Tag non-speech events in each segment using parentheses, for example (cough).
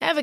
Ever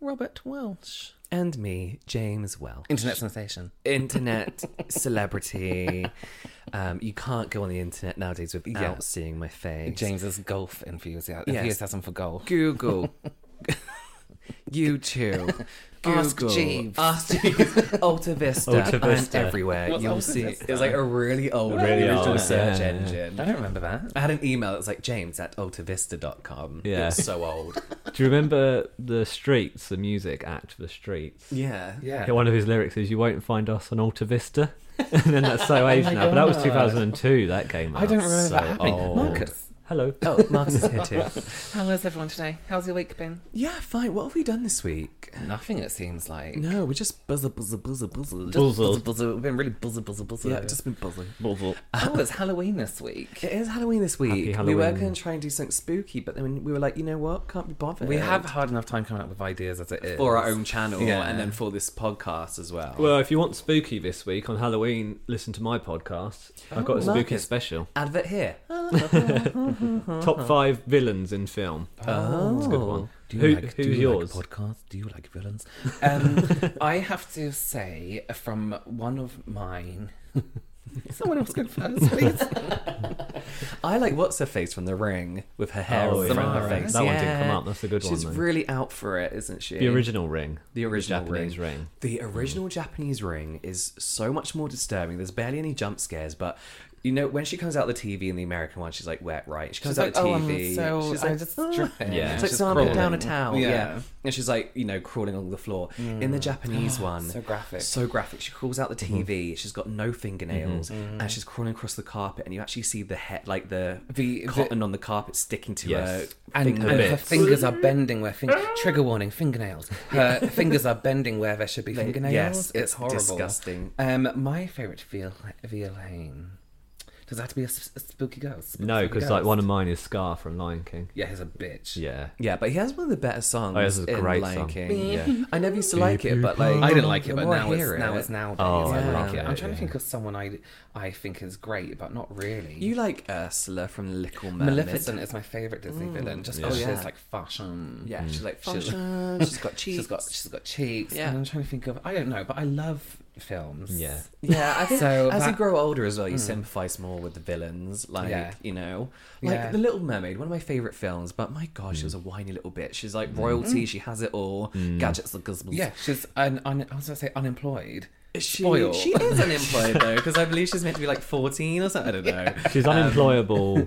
Robert Welsh. And me, James Well. Internet sensation. (laughs) Internet celebrity. Um, you can't go on the internet nowadays without Yeah. seeing my face. James's golf enthusiasm, Yes. enthusiasm for golf. (laughs) Google. YouTube. Ask Google. Jeeves. Ask (laughs) Jeeves. Alta Vista. Alta I'm Vista. everywhere. What's You'll Alta see. Vista? It was like a really old Really original old, search yeah. engine. I don't remember that. I had an email that was like James at altavista.com. It Yeah. was so old. Do you remember the Streets, the music act, the Streets? Yeah. Yeah. One of his lyrics is "You won't find us on Alta Vista," (laughs) and then that's so aged now. But that was God. 2002. That came out. I don't remember so that happening. old. Marcus, Hello. Oh, Marcus is here too. (laughs) How is everyone today? How's your week been? Yeah, fine. What have we done this week? nothing. It seems like. No, we're just buzzer, buzzer, buzzer, buzzer. Just Buzz- Buzzle. Buzzer, buzzer. We've been really buzzer, buzzer, buzzer. Yeah, just been buzzing. Oh, it's Halloween this week. It is Halloween this week. Happy We were Halloween. going to try and do something spooky, but then we were like, you know what? Can't be bothered. We have a hard enough time coming up with ideas as it is. for our own channel, Yeah. and then for this podcast as well. Well, if you want spooky this week on Halloween, listen to my podcast. I've got a spooky Marcus. special. Advert here. Top five villains in film. Oh, That's a good one. Do you Who, like, who's do you yours? Like podcasts? Do you like villains? (laughs) Um, I have to say, from one of mine. Someone else go first, please. (laughs) I like what's her face from The Ring with her hair Oh, all yeah. around her Samara. face. That one didn't Yeah. come up. That's a good She's one, though. really out for it, isn't she? the original ring. The original Japanese ring. ring. The original Japanese ring is so much more disturbing. There's barely any jump scares, but you know when she comes out the TV in the American one, she's like wet, right? She comes She's out the like, "Oh, I'm TV. so- she's I'm like, just "Oh." dripping." Yeah. It's like She's someone put crawling. down a towel. Yeah. Yeah. And she's like, you know, crawling along the floor. In the Japanese one, so graphic. so graphic. She crawls out the TV. She's got no fingernails, and she's crawling across the carpet. And you actually see the head, like the, The- the- cotton on the carpet, sticking to Yes. her. And, Finger and her bits. fingers are bending where fing- trigger warning fingernails. (laughs) Her fingers are bending where there should be fingernails. yes, it's it's horrible, disgusting. Um, my favorite Viol- Violaine. Does that have to be a, s- a spooky ghost? No, because like one of mine is Scar from Lion King. yeah, he's a bitch. Yeah. Yeah, but he has one of the better songs Oh, this is a in great Lion song. King. (laughs) Yeah. I never used to like it, but like I didn't like the it, but more I now it's, hear now it- it's nowadays. Oh, I I like love it. it, I'm trying to yeah. think of someone I I think is great, but not really. You like Ursula from Little Mermaid. Maleficent is my favorite Disney villain, just because Mm. Oh, Yeah. she's like fashion. Yeah, she's like She's- fashion. (laughs) She's got cheeks. She's got she's got cheeks. Yeah. And I'm trying to think of I don't know, but I love films. Yeah. Yeah, I (laughs) think So as that- you grow older as well, you sympathise more with the villains. Like Yeah. you know, like Yeah. the Little Mermaid, one of my favourite films. But my gosh, she Hmm. was a whiny little bitch. She's like royalty. She has it all. Gadgets, the gizmos. Yeah, she's un, un, I was gonna say unemployed. she Spoiled. she (laughs) is unemployed though because I believe she's meant to be like fourteen or (laughs) something. I don't know. She's unemployable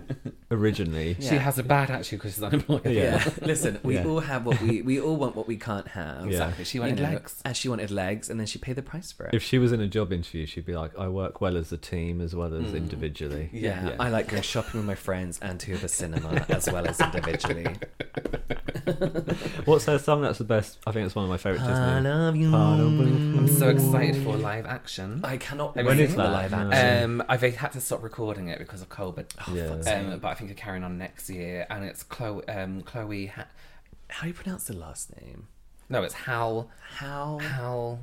originally. She has a bad attitude because she's unemployed. Yeah. Yeah. (laughs) Listen, we Yeah. all have what we we all want what we (laughs) can't have. Exactly. She wanted You know, legs. And she wanted legs and then she paid the price for it. If she was in a job interview, she'd be like, "I work well as a team as well as individually." Hmm. yeah, I like going shopping with my friends and to the cinema as well as (laughs) individually. (laughs) What's her song? That's the best. I think it's one of my favourite I Disney. love you. I'm so excited for live action. I cannot Have wait you seen for the that? live No. action. Um, I've had to stop recording it because of COVID. Yeah. Oh, fuck's Um, but I think you're carrying on next year, and it's Chloe. Um, Chloe. Ha- How do you pronounce the last name? no, it's Hal. How? Hal.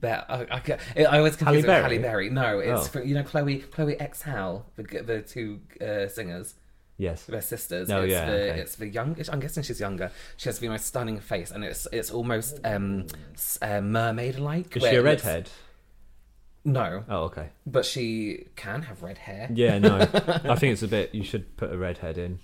Be- I, I, ca- I always confuse Halle it with Halle Berry. No, it's Oh. fr- you know Chloe. Chloe X Hal, the g- the two uh, singers. Yes. They're sisters. Oh, it's yeah, the okay. it's the youngest. I'm guessing she's younger. She has the most stunning face, and it's it's almost um, s- uh, mermaid like. Is she a redhead? No, Oh, okay. but she can have red hair. (laughs) Yeah, no. I think it's a bit. You should put a redhead in.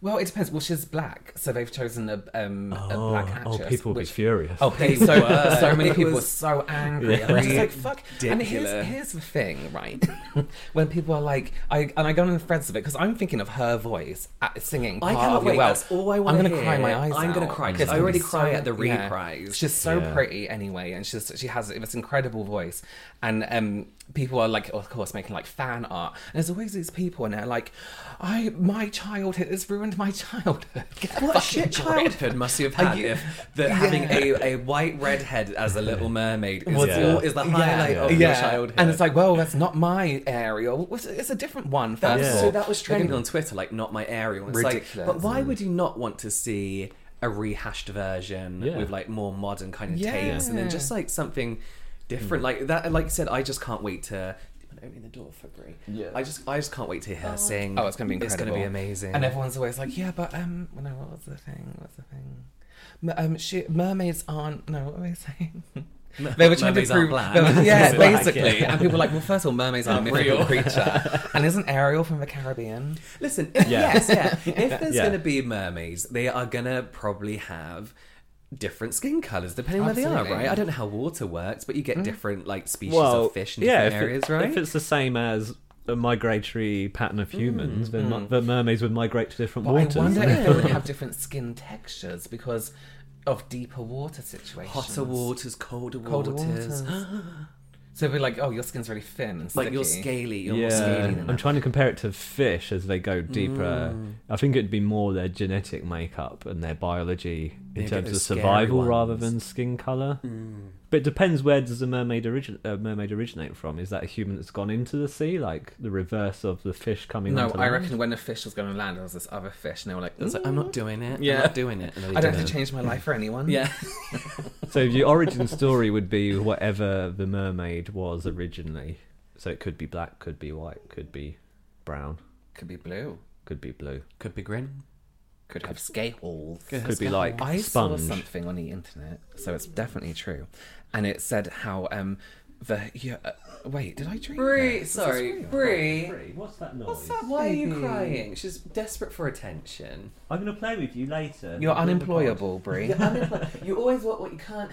Well, it depends. Well, she's black, so they've chosen a, um, a black oh, actress. people would be which- furious. Oh, they so were. so many (laughs) It people were was so angry. And I'm just like, fuck. And ridiculous. here's here's the thing, right? (laughs) when people are like, I and I go on the threads of it because I'm thinking of her voice at, singing. I Part cannot of Your wait. World. That's all I wanna I'm gonna cry hear. my eyes. I'm gonna out. cry, 'cause It's I gonna already be cry so- at the yeah. reprise. She's so Yeah. pretty anyway, and she's she has this incredible voice, and um. People are like, of course, making like fan art, and there's always these people, and they're like, "I, my childhood has ruined my childhood." (laughs) Get What fucking a shit grip. childhood (laughs) must you have had you- if that having a, a white redhead as a little mermaid is, Yeah. your, is the highlight of your childhood. And it's like, well, that's not my Ariel. It's, it's a different one. That was, first of So all. that was trending on Twitter, like not my Ariel. It's Ridiculous. Like, but why would you not want to see a rehashed version Yeah. with like more modern kind of Yeah. tapes and then just like something different Hmm. like that? Like you said, I just can't wait to. Opening the door for free. Yeah. I just, I just can't wait to hear her sing. Oh, it's gonna be incredible. It's gonna be amazing. And everyone's always like, yeah, but um, no, what was the thing? What's the thing? M- Um, she, mermaids aren't. No, what were they (laughs) saying? They were trying mermaids to prove, aren't black. they (laughs) were- yeah, It's black, basically. yeah. And people were like, "Well, first of all, mermaids are a mythical real. (laughs) creature, and isn't Ariel from the Caribbean?" (laughs) Listen, if, Yeah. yes, yeah. If (laughs) there's Yeah. going to be mermaids, they are going to probably have different skin colors depending where they are, Absolutely. right? I don't know how water works, but you get different like species of fish in Hmm. yeah, if, different areas, it- right? Hmm. if it's the same as a migratory pattern of humans, then mu- the mermaids would migrate to different But waters. I wonder if they would (laughs) have different skin textures because of deeper water situations. Hotter waters, colder, colder waters. (gasps) waters. so we're like, oh, your skin's really thin and sticky. Like you're scaly, you're more scaly Yeah, than Mm. I'm that. trying to compare it to fish as they go deeper. I think it'd be more their genetic makeup and their biology in get terms of those scary survival ones. Mm. rather than skin color. But it depends where does the mermaid origin uh, mermaid originate from? Is that a human that's gone into the sea, like the reverse of the fish coming? No, onto I land? reckon when the fish was going to land, there was this other fish, and they were like, It's like, I'm not doing it. Yeah. I'm not doing it. And then they I don't did have it. to change my life for anyone. (laughs) Yeah. So (laughs) your origin story would be whatever the mermaid was originally. So it could be black, could be white, could be brown, Could be blue. could be blue, Could be grin. Could have scales. could be like I sponge. saw something on the internet, so it's definitely true, and it said how um the yeah, uh, wait did I dream? Bree, this? sorry, Bree. What's that noise? What's up? Why are you crying? She's desperate for attention. I'm gonna play with you later. You're unemployable, Brie. you always want what you can't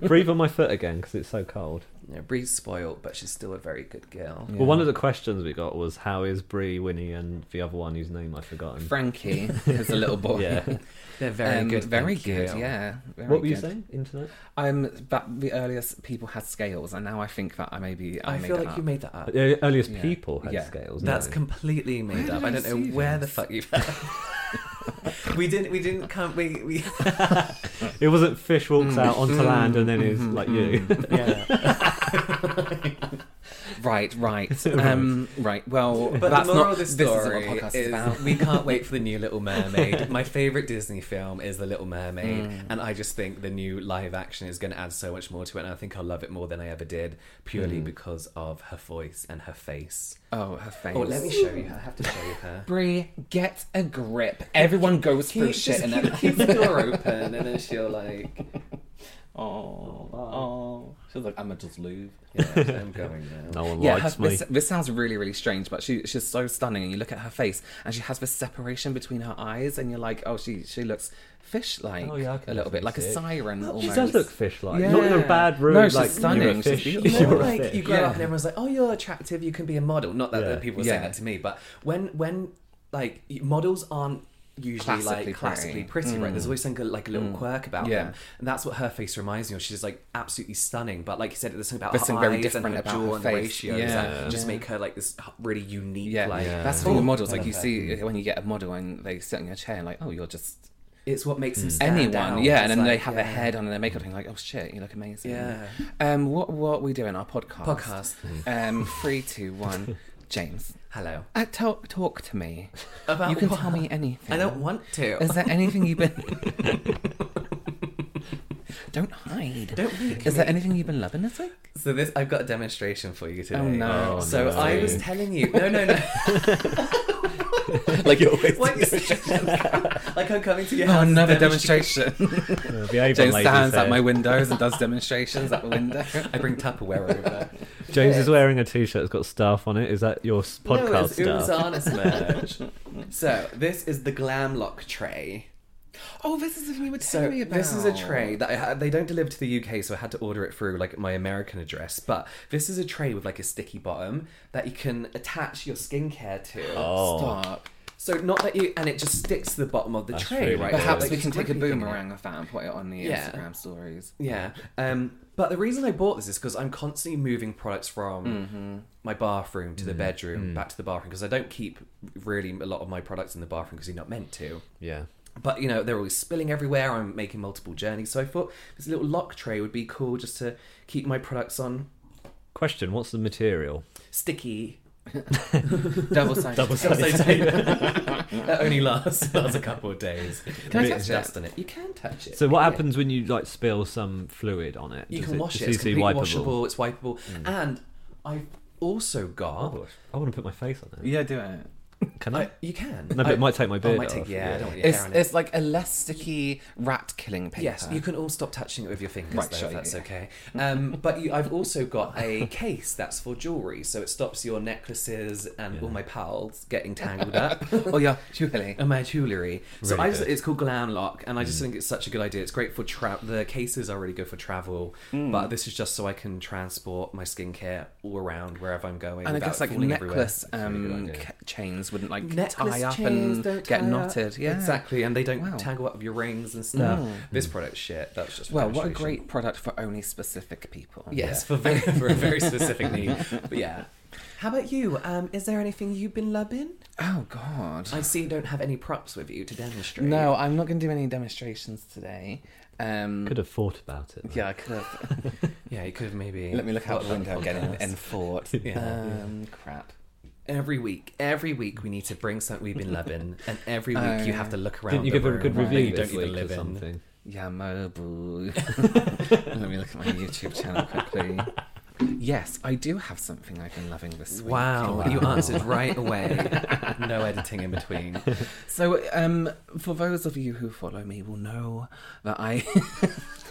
(laughs) Breathe on my foot again because it's so cold. Yeah, Bree's spoiled, but she's still a very good girl. Well, one of the questions we got was how is Bree, Winnie, and the other one whose name I've forgotten. (laughs) Frankie is a little boy. Yeah. They're very Um, good. Very thank you. good. Yeah. very what were you good. saying? Internet? Um, that the earliest people had scales, and now I think that I maybe I, I made feel that like up. you (laughs) made that up. The Uh, earliest Yeah. people had Yeah. scales. That's no. completely made up. I don't know where the fuck you. (laughs) we didn't. We didn't come. We. we it wasn't fish walks out onto land and then is like you. yeah. Right, (laughs) right. Um, right. Well, But that's the moral not. of the this isn't story what podcast is, about. we can't wait for the new Little Mermaid. My favorite Disney film is The Little Mermaid, and I just think the new live action is going to add so much more to it. And I think I'll love it more than I ever did, purely because of her voice and her face. Oh, her face. Oh, let me show you her. I have to show you (laughs) her. Brie, get a grip. Everyone goes through Keep- shit, just and keep- then keep the door open, and then she'll (laughs) like. oh, oh, she's like, I'm gonna just leave. Yeah, I'm going (laughs) now. No (laughs) one Yeah, her, likes me. this, this sounds really, really strange, but she she's so stunning. And you look at her face, and she has this separation between her eyes, and you're like, oh, she she looks fish-like Oh, yeah, I a can little bit, definitely like a see it. siren almost. She does look fish-like. Not in a Yeah. bad room. No, she's like, You're stunning, a she's fish. beautiful. You know, (laughs) you're a like fish. you grow Yeah. up and everyone's like, "Oh, you're attractive. You can be a model." Not that, Yeah. that people were saying Yeah. that to me, but when when like y- models aren't usually Classically Mm. like classically pretty, right? There's always some good, like a little quirk about Yeah. them, and that's what her face reminds me of. She's like absolutely stunning, but like you said, there's something about There's her something very eyes different and her about jaw her and the face. ratios Yeah. that just make her like this really unique. Yeah, like Oh, that's for Ooh, the models. Like I you love see when you get a model and they sit in your chair, and like, oh, you're just her. it's what makes Mm. them stand anyone. out. yeah, It's and then they like, have yeah. their head on and their makeup, and like, oh shit, you look amazing. Yeah. Um, what what we do in our podcast? Podcast. Um, three, two, one. James, Hello. uh, talk talk to me. About you can what? tell me anything. I don't want to. (laughs) Is there anything you've been? Don't hide. Don't wink Is at there me. anything you've been loving this week? So this, I've got a demonstration for you today. Oh, no. Oh, So no. I was telling you, no, no, no. (laughs) like you always Why you like I'm coming to your house. Oh, to another demonstrate- demonstration. Uh, behave James on stands ladies at my here. windows and does (laughs) demonstrations at the window. I bring Tupperware over. James is wearing a t-shirt that's got staff on it. Is that your s- podcast no, it's staff? (laughs) Oozana's merch. so this is the Glamlock tray. Oh, this is what you were So telling me about. this is a tray that I had, they don't deliver to the UK, so I had to order it through like my American address. But this is a tray with like a sticky bottom that you can attach your skincare to. Oh. Stop. So not that you, and it just sticks to the bottom of the That's tray, really right? good. Perhaps Like, we can take a really thinking boomerang of that and put it on the Yeah. Instagram (laughs) stories. Yeah. Um, but the reason I bought this is because I'm constantly moving products from Mm-hmm. my bathroom to the Mm. bedroom, back to the bathroom, because I don't keep really a lot of my products in the bathroom because you're not meant to. (laughs) Yeah. But you know, they're always spilling everywhere. I'm making multiple journeys. So I thought this little lock tray would be cool just to keep my products on Question: What's the material? sticky. (laughs) Double sided. that only lasts, lasts a couple of days. Can I With touch dust it? in it. You can touch it. So what Yeah. happens when you like spill some fluid on it? You Does can wash does it. It's easily completely wipeable? Mm. washable. It's wipeable. And I've also got. Oh, I want to put my face on it. Yeah, do it. Can I? I, you can. No, but I- it might take my oh, beard might take- off. yeah, I don't want your hair It's, on it. it's like a less sticky rat killing paper. Yes, you can all stop touching it with your fingers, Right, though, sure, if that's yeah. okay. Um, (laughs) but you, I've also got a case that's for jewellery, so it stops your necklaces and all my pals (laughs) getting tangled up. Oh, yeah, surely. (laughs) And my jewellery. so Really I just, good. it's called Glam Lock, and I Mm. just think it's such a good idea. It's great for travel. The cases are really good for travel, Mm. but this is just so I can transport my skincare all around wherever I'm going. And I without guess like falling everywhere. necklace It's a really good um, idea. ca- chains wouldn't like necklace tie up chains and don't get tie up. knotted. Yeah, exactly, and they don't Wow. tangle up with your rings and stuff. This product shit. That's just Well, what a demonstration. great product for only specific people. yes for very, for a very specific (laughs) need. But yeah. How about you? Um, is there anything you've been loving? Oh God. I see you don't have any props with you to demonstrate. No, I'm not going to do any demonstrations today. Um, Could have thought about it. though. Yeah, I could have. Yeah, you could maybe. (laughs) Let me look out the Well, window again and, and thought. Yeah. Um, crap. Every week, every week we need to bring something we've been loving, and every week you have to look around. Didn't you the give it a good room that review you don't this either week or live in. something? Yeah, (laughs) mobile. Let me look at my YouTube channel (laughs) quickly. Yes, I do have something I've been loving this week. Wow, you answered right away. no editing in between. So, um, for those of you who follow me, will know that I (laughs)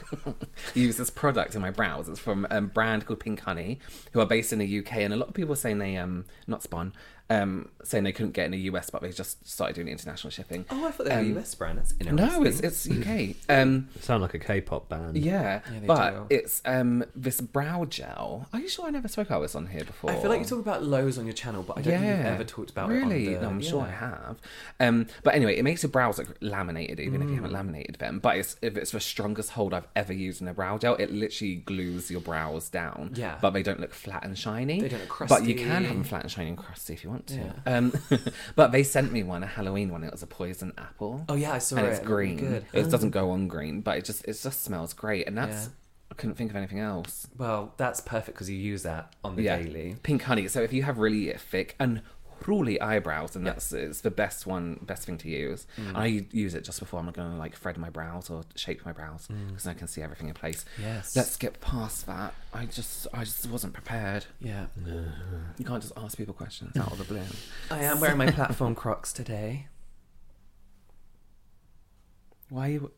use this product in my brows. It's from a brand called Pink Honey, who are based in the UK, and a lot of people saying they um not spawn um saying they couldn't get in the US, but they just started doing international shipping. Oh, I thought they were Um, US brand. That's interesting. No, it's it's UK. um, Sound like a K-pop band. yeah, Yeah, they but do. it's um this brow gel. Are you sure I never spoke about this on here before? I feel like you talk about lows on your channel, but I don't think you've ever talked about really? it. on the- No, I'm sure I yeah. have. Um, but anyway, it makes your brows look laminated, even if you Hmm. haven't laminated them. But it's if it's the strongest hold I've ever used in a brow gel. It literally glues your brows down. Yeah. But they don't look flat and shiny. They don't look But you can crusty. have them flat and shiny and crusty if you want to. Yeah. Um, (laughs) but they sent me one, a Halloween one. It was a poison apple. Oh yeah, I saw and it. it's It looked green. Good. Oh. It doesn't go on green, but it just it just smells great. And that's Yeah. I couldn't think of anything else. Well, that's perfect because you use that on the daily. Pink honey. So if you have really thick and ruly eyebrows, and that's it's the best one, best thing to use. I use it just before I'm going to like thread my brows or shape my brows because I can see everything in place. Yes. Let's skip past that. I just, I just wasn't prepared. Yeah. (laughs) You can't just ask people questions out of the blue. I am wearing my platform Crocs today. (laughs) Why are you?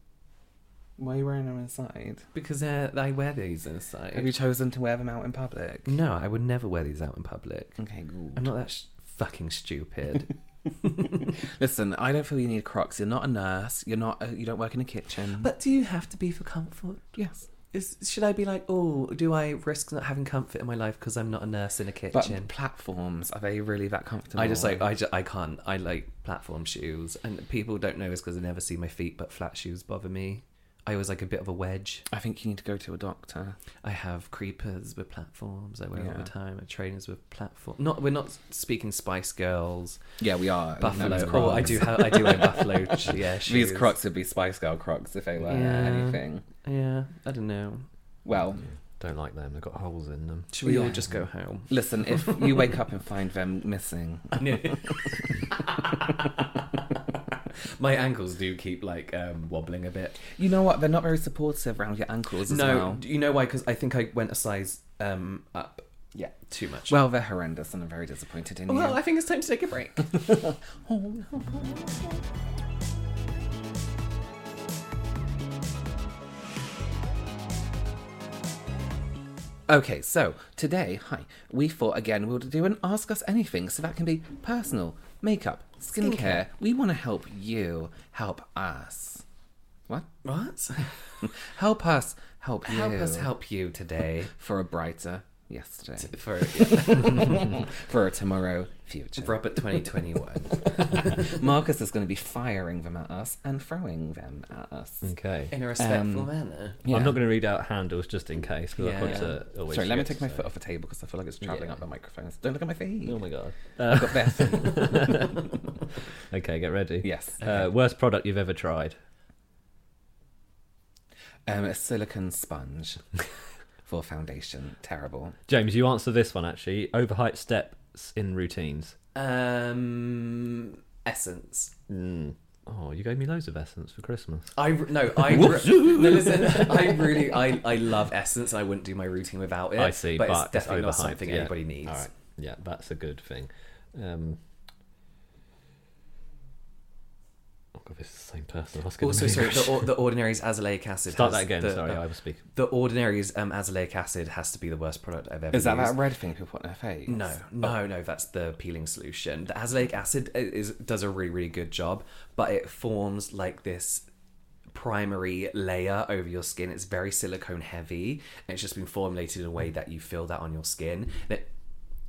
Why are you wearing them inside? Because uh, I wear these inside. Have you chosen to wear them out in public? No, I would never wear these out in public. Mm. Okay, good. I'm not that sh- fucking stupid. (laughs) Listen, I don't feel you need Crocs. You're not a nurse. You're not. A, you don't work in a kitchen. but do you have to be for comfort? yes. Is, should I be like, oh, do I risk not having comfort in my life because I'm not a nurse in a But kitchen? platforms are they really that comfortable? I just like I, ju- I can't I like platform shoes and people don't know this because I never see my feet but flat shoes bother me. I was like a bit of a wedge. I think you need to go to a doctor. I have creepers with platforms. I wear all Yeah. the time. I have trainers with platform. Not we're not speaking Spice Girls, Yeah, we are. Buffalo. Those Oh, I Crocs. do have I do wear (laughs) Buffalo. sh- Yeah, shoes. These Crocs would be Spice Girl Crocs if they were Yeah. anything. Yeah, I don't know. (laughs) Well, Don't like them. They've got holes in them. Should we all Yeah. just go home? listen, if (laughs) you wake up and find them missing, My ankles do keep like um, wobbling a bit. You know what? They're not very supportive around your ankles. As no, well. do you know why? Because I think I went a size um, up. Yeah. too much. Well, they're horrendous, and I'm very disappointed in well, you. I think it's time to take a break. Okay, so today, hi, we thought again we'll do an Ask Us Anything, so that can be personal, makeup, skincare. We want to help you help us. What? (laughs) (laughs) what? Help us help you. Help us help you (laughs) today. For a brighter yesterday, (laughs) For yeah, for a tomorrow future. Robert 2021. Marcus is going to be firing them at us and throwing them at us. Okay. In a respectful Um, manner. Mm. I'm not going to read out handles just in case because I've got Yeah. to always. Sorry, let me forget, take my so- foot off the table because I feel like it's traveling Yeah. up the microphones. Don't look at my feet. Oh my god. I've got bare feet. Okay, get ready. Yes. Uh, worst product you've ever tried? Um, a silicon sponge (laughs) for foundation. Terrible. James, you answer this one actually. Overhyped steps in routines. Um, essence. Oh, you gave me loads of essence for Christmas. I re- no, I re- no, listen. I really, I, I love essence. I wouldn't do my routine without it. I see, but, but, it's definitely not overhyped, something yeah. anybody needs. All right. Yeah, that's a good thing. Um, oh god, this is the same person. I was gonna Also, move. sorry, the, or- the ordinary's azelaic acid. (laughs) start has that again. the- sorry, uh, I was speaking. The ordinary's um, azelaic acid has to be the worst product I've ever. Is that used. that red thing people put on their face? No, no, no. That's the peeling solution. The azelaic acid i- is does a really, really good job, but it forms like this primary layer over your skin. It's very silicone heavy, and it's just been formulated in a way that you feel that on your skin. That,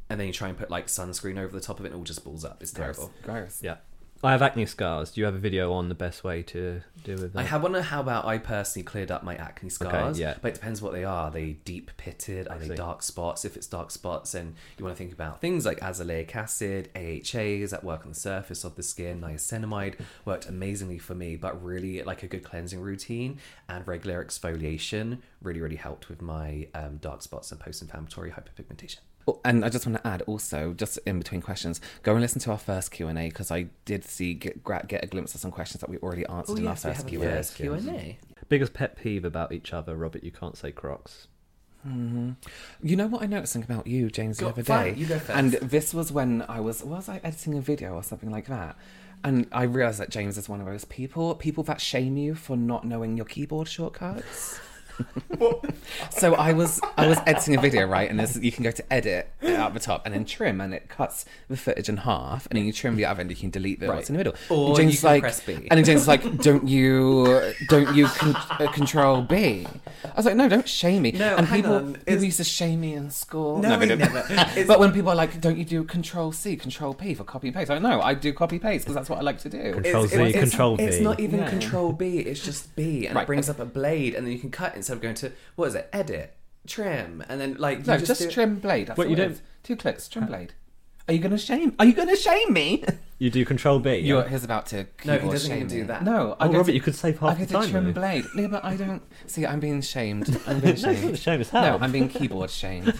and then you try and put like sunscreen over the top of it, and it all just balls up. It's terrible. Gross. Yeah, I have acne scars. Do you have a video on the best way to deal with that? I have one on how about I personally cleared up my acne scars. yeah. But it depends what they are. Are they deep pitted? Are they dark spots? If it's dark spots, then you want to think about things like azelaic acid, AHAs that work on the surface of the skin. Niacinamide worked amazingly for me, but really like a good cleansing routine and regular exfoliation really, really helped with my um, dark spots and post inflammatory hyperpigmentation. Oh, and I just want to add also, just in between questions, go and listen to our first Q and A because I did see get, gra- get a glimpse of some questions that Oh, we already answered in our first Q and A. Yes, Q&A. Biggest pet peeve about each other, Robert. You can't say Crocs. You know what I noticed something about you, James, the Go- other day? fine, you go first. And this was when I was was I editing a video or something like that. And I realised that James is one of those people, people that shame you for not knowing your keyboard (laughs) shortcuts. so I was I was editing a video, right? And there's you can go to edit at the top and then trim and it cuts the footage in half and then you trim the other end, you can delete the what's in the middle. And Or you James is can like press B. and then James is like, Don't you don't you con- uh, control B? I was like, No, don't shame me. No, and hang people on, who it's- used to shame me in school. No, they I don't. (laughs) never. It's- but when people are like, "Don't you do Control C, Control P for copy and paste?" I like, no, I do copy paste because that's what I like to do. Control Z, Control V. It's not even Yeah. Control B. It's just B, and Right. it brings up a blade, and then you can cut instead of going to what is it? Edit, trim, and then like you no, just, do it- trim blade. That's What, what you you don't- do. Two clicks, trim blade. Are you gonna shame? Are you gonna shame (laughs) me? You do Control B. yeah? You're he's about to. No, he keyboard doesn't even shame me. do that. No, Oh, go Robert, to- you could save half I go the time, to trim though. blade. No, but I don't. See, I'm being (laughs) shamed. I'm being No, it's shamed. not a shame, (laughs) it's no, how. I'm being keyboard (laughs) shamed.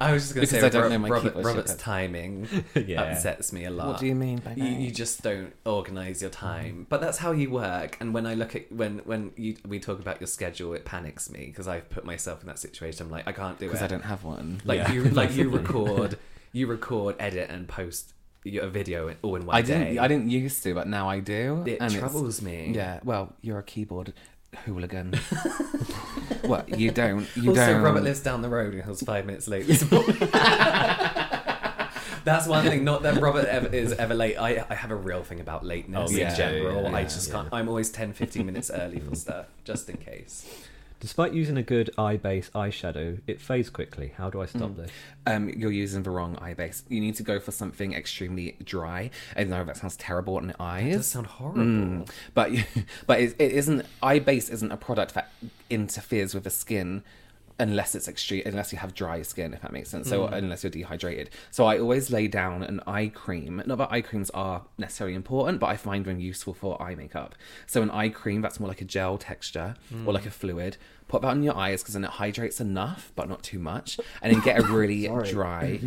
I was just going Because to say I don't Ro- know my Robert, keyboard Robert's shortcuts. timing (laughs) Yeah. upsets me a lot. What do you mean by You, that? Mm-hmm. you just don't organize your time, but that's how you work. And when I look at when when you, we talk about your schedule, it panics me because I've put myself in that situation. I'm like, I can't do it Because I don't have one. Like (laughs) Yeah. you like you record, you record, edit, and post your a video all in one I day. didn't. I didn't used to, but now I do. It and it's- troubles me. Yeah, well, you're a keyboard (laughs) hooligan. what you don't, you also, don't. Robert lives down the road and he was five minutes late. this morning. (laughs) That's one thing. Not that Robert ever, is ever late. I, I have a real thing about lateness Oh, yeah, in general. yeah, yeah, I just yeah. can't. I'm always 10, 15 minutes early for stuff, just in case. Despite using a good eye base eyeshadow, it fades quickly. How do I stop Hmm. this? Um, you're using the wrong eye base. You need to go for something extremely dry. I know that sounds terrible on the It does eyes, sound horrible. Hmm. Mm. but (laughs) but it, it isn't. Eye base isn't a product that interferes with the skin. Unless it's extreme, unless you have dry skin, if that makes sense. So unless you're dehydrated, so I always lay down an eye cream. Not that eye creams are necessarily important, but I find them useful for eye makeup. So an eye cream that's more like a gel texture or like a fluid. Put that on your eyes because then it hydrates enough, but not too much, and then get a really dry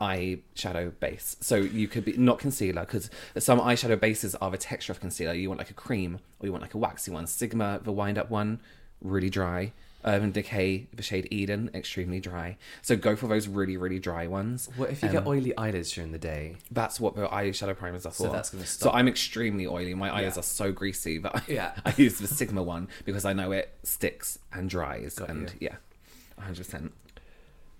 eyeshadow base. So you could be not concealer because some eyeshadow bases are the texture of concealer. You want like a cream or you want like a waxy one. Sigma, the wind up one, really dry. Urban Decay, the shade Eden, extremely dry. So go for those really, really dry ones. Um, What if you Um, get oily eyelids during the day? That's what the eyeshadow primers are for. that's gonna So stop. I'm extremely oily. My eyes Yeah. are so greasy that I, Yeah. (laughs) I use the Sigma one because I know it sticks and dries. and yeah, 100%.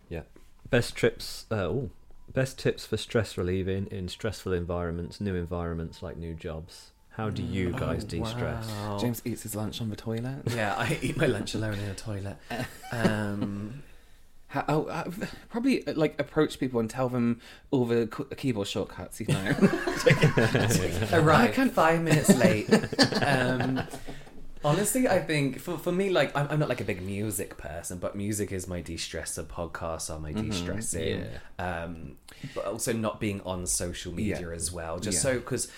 Yeah. Best trips. Uh, ooh. best tips for stress relieving in stressful environments, new environments like new jobs. How do you Oh, guys de-stress? James eats his lunch on the toilet. Yeah, I eat my lunch alone in a (laughs) toilet. Um, How, oh, uh, probably uh, like approach people and tell them all the k- keyboard shortcuts, you know. (laughs) arrive five minutes late. um, honestly, I think for, for me, like I'm, I'm not like a big music person, but music is my de-stressor. Podcasts are my Mm-hmm. de-stressing. Um, but also not being on social media Yeah. as well, just so because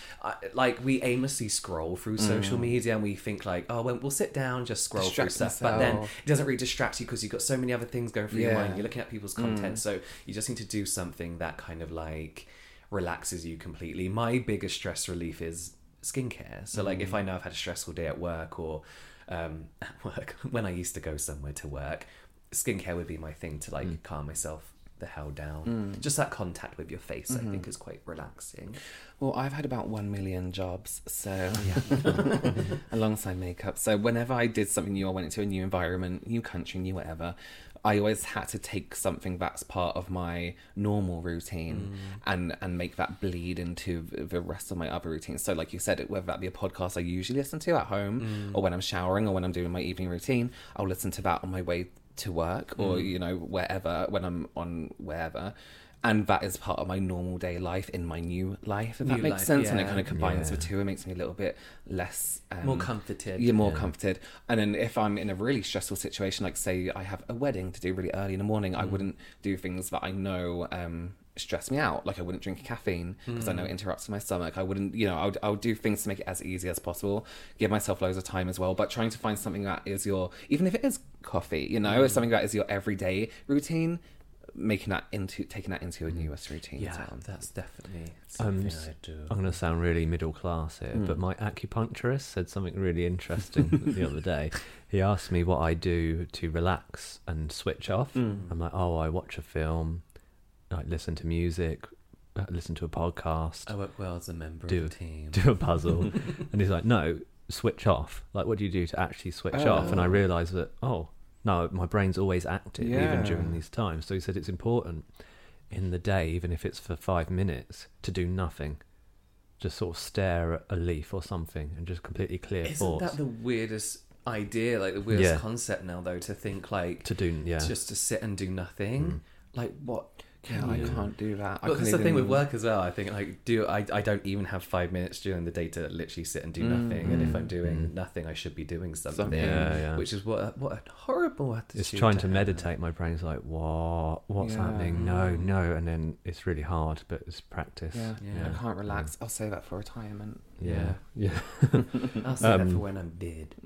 like we aimlessly scroll through social media and we think like, oh, well, we'll sit down, just scroll Mm. Distract through stuff, but then yourself. it doesn't really distract you because you've got so many other things going through your Yeah. mind. You're looking at people's content, so you just need to do something that kind of like relaxes you completely. My biggest stress relief is skincare. So like if I know I've had a stressful day at work or um, (laughs) at work when I used to go somewhere to work, skincare would be my thing to like calm myself the hell down. Just that contact with your face, I think, is quite relaxing. well, I've had about one million jobs, so alongside makeup. So whenever I did something new, I went into a new environment, new country, new whatever. I always had to take something that's part of my normal routine Mm. and and make that bleed into th- the rest of my other routines. So, like you said, whether that be a podcast I usually listen to at Mm. home, or when I'm showering, or when I'm doing my evening routine, I'll listen to that on my way to work, or Mm. you know wherever when I'm on wherever. And that is part of my normal day life in my new life, if that New makes life, sense. And it yeah. kind of combines Yeah. the two. It makes me a little bit less um, More comforted. You're more comforted. And then if I'm in a really stressful situation, like say I have a wedding to do really early in the morning, Mm. I wouldn't do things that I know um, stress me out. Like I wouldn't drink caffeine because I Mm. know it interrupts my stomach. I wouldn't, you know, I would, I would do things to make it as easy as possible. Give myself loads of time as well. But trying to find something that is your, even if it is coffee, you Mm. know, something that is your everyday routine. Making that into taking that into your newest routine. as Mm. Yeah, well. that's definitely Um, something I do. I'm going to sound really middle class here, but my acupuncturist said something really interesting (laughs) the other day. He asked me what I do to relax and switch off. I'm like, oh, I watch a film, like listen to music, uh, listen to a podcast, I work well as a member Do- of the team. (laughs) do a puzzle. and he's like, no, switch off. Like, what do you do to actually switch off? And I realised that, oh, no, my brain's always active, even Yeah. during these times. So he said it's important in the day, even if it's for five minutes, to do nothing. Just sort of stare at a leaf or something and just completely clear Isn't thoughts. that the weirdest idea? Like the weirdest Yeah. concept now, though, to think like To do, yeah. Mm. just to sit and do nothing. Like what? Yeah, Can I you? can't do that. I But that's couldn't the thing with even- work as well. I think like do I, I don't even have five minutes during the day to literally sit and do nothing. And if I'm doing nothing, I should be doing something. Mm. Something. Mm. Yeah, yeah. Which is what a- what a horrible attitude. it's trying to have. meditate. My brain's like, what? What's Yeah. happening? No, no. And then it's really hard, but it's practice. Yeah. Yeah. I can't relax. I'll save that for retirement. Yeah. yeah. (laughs) I'll say Um, that for when I'm dead.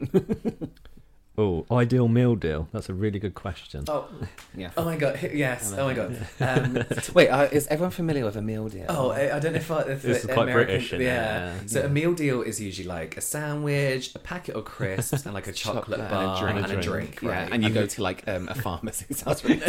Oh, ideal meal deal. That's a really good question. Oh, (laughs) Yeah. oh my god. (laughs) Yes. Oh my (laughs) god. Um, Wait, uh, is everyone familiar with a meal deal? Oh, I, I don't know if, I, if It's the quite American- British, isn't it? yeah. Yeah. So a meal deal is usually like a sandwich, a packet of crisps, and like a chocolate, bar and a drink, Yeah, right? and you go to like um, (laughs) a pharmacy. Sounds really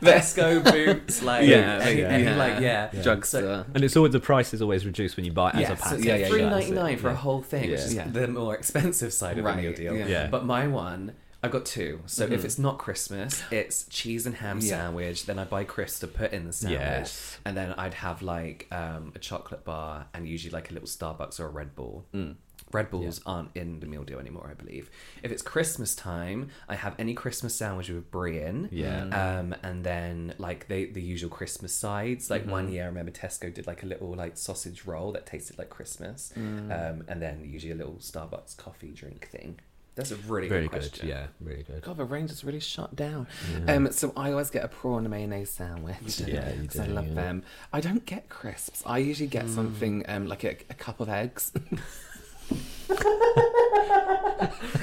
Vesco (laughs) boots, like Yeah, and- yeah. and, like yeah, drugstore. And it's always the price is always reduced when you buy it as Yeah, a so package. yeah, yeah, three ninety nine for a Yeah. whole thing, which is Yeah. the more expensive side of the meal Right, deal. yeah. Mm-hmm. Yeah. But my one, I've got two. So if it's not Christmas, it's cheese and ham sandwich. Then I buy crisps to put in the sandwich, Yes. and then I'd have like um, a chocolate bar and usually like a little Starbucks or a Red Bull. Mm. Red Bulls aren't in the meal deal anymore, I believe. If it's Christmas time, I have any Christmas sandwich with brie in. Yeah. Um, and then like they, the usual Christmas sides. Like one Mm-hmm. year, I remember Tesco did like a little like sausage roll that tasted like Christmas. Mm. Um, and then usually a little Starbucks coffee drink thing. That's a really Very good good. question. Yeah, really good. God, the range is really shut down. Um, so I always get a prawn and mayonnaise sandwich. Yeah, you (laughs) 'cause I do, love yeah. Hmm. them. I don't get crisps. I usually get something um, like a, a cup of eggs. (laughs)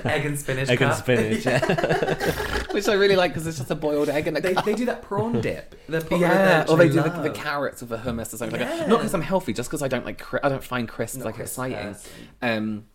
Egg and spinach. Egg and (laughs) cup. spinach. But which I really like because it's just a boiled egg and a They, (laughs) cup. they do that (laughs) prawn dip. They're popular Yeah, that or they I do the, the love. carrots with the hummus or something like that. Not because I'm healthy, just because I don't like cri- I don't find crisps like crisp exciting. person. Um,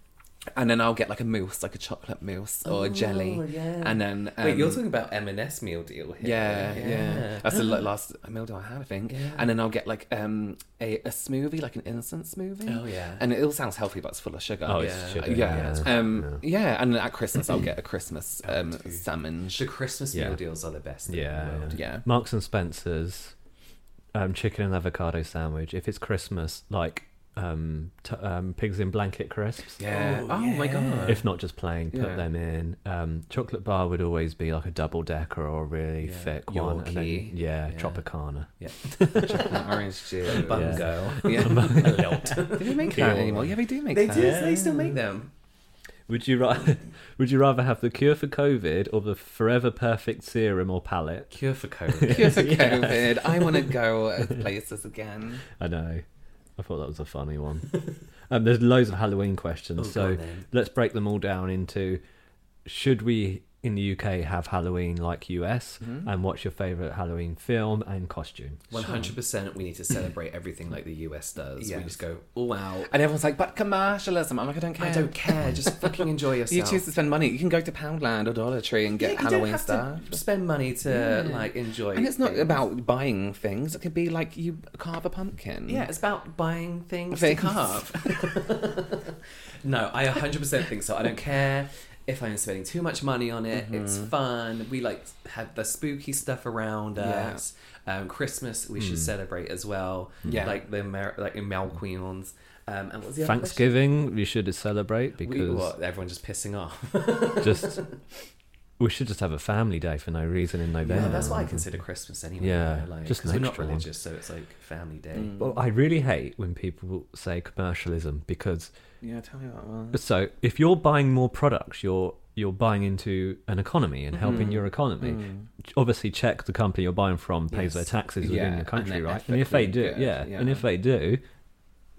and then I'll get like a mousse, like a chocolate mousse or a jelly, and then um, Oh, Wait, you're talking about M&S meal deal here. yeah, yeah, (laughs) That's the la- last meal deal I had, I think. And then I'll get like um a, a smoothie, like an instant smoothie. Oh, yeah. And it all sounds healthy, but it's full of sugar. Oh, yeah. it's sugar, Yeah. yeah. Um, yeah. And at Christmas, I'll get a Christmas um salmon. The Christmas Yeah. meal deals are the best. In the Yeah, world. Yeah. Marks and Spencer's um, chicken and avocado sandwich. If it's Christmas, like um, t- um, pigs in blanket crisps. Yeah. Oh, Oh, my yeah. god. If not just plain, put Yeah. them in. Um, chocolate bar would always be like a double decker or a really thick one. And then, Yorkie. yeah, Yeah. Tropicana. (laughs) Chocolate orange juice. Bun Yeah. girl. (laughs) Yeah. (laughs) A lot. Do they make Cool. that anymore? Yeah, they do make They that. do. They still make them. Would you rather? (laughs) would you rather have the cure for COVID or the forever perfect serum or palette? Cure for COVID. (laughs) Cure for COVID. I want to go places again. I know. I thought that was a funny one. (laughs) um, there's loads of Halloween questions, Oh, go so on then. let's break them all down into: Should we in the UK have Halloween like US, Mm-hmm. and what's your favourite Halloween film and costume? One hundred percent. We need to celebrate everything like the US does. We Yes. just go all out. (laughs) And everyone's like, but commercialism. I'm like, I don't care. I don't care. (laughs) Just fucking enjoy yourself. You choose to spend money. You can go to Poundland or Dollar Tree and Yeah, get you don't Halloween have to stuff. spend money to like enjoy. And it's not things. about buying things. It could be like you carve a pumpkin. Yeah, it's about buying things, Things. to carve. no, I 100% think so. I don't care if I'm spending too much money on it. It's fun. We like have the spooky stuff around us. Um, Christmas we should celebrate as well. Yeah. like the Amer- like in Malquions. Um, and what's the other question? Thanksgiving, you should celebrate because We, what, everyone just pissing off. (laughs) (laughs) just we should just have a family day for no reason in November. Yeah, that's what I consider Christmas anyway. Yeah, you know, like, just an 'cause we're not extra one. religious, so it's like family day. Well, I really hate when people say commercialism because (laughs) Yeah, tell me that one. so if you're buying more products, you're you're buying into an economy Mm-hmm. and helping your economy. Obviously, check the company you're buying from pays their Yes. taxes Mm. Yeah, within the and country, they're right? And if they ethically do, good, yeah, and yeah. if they do,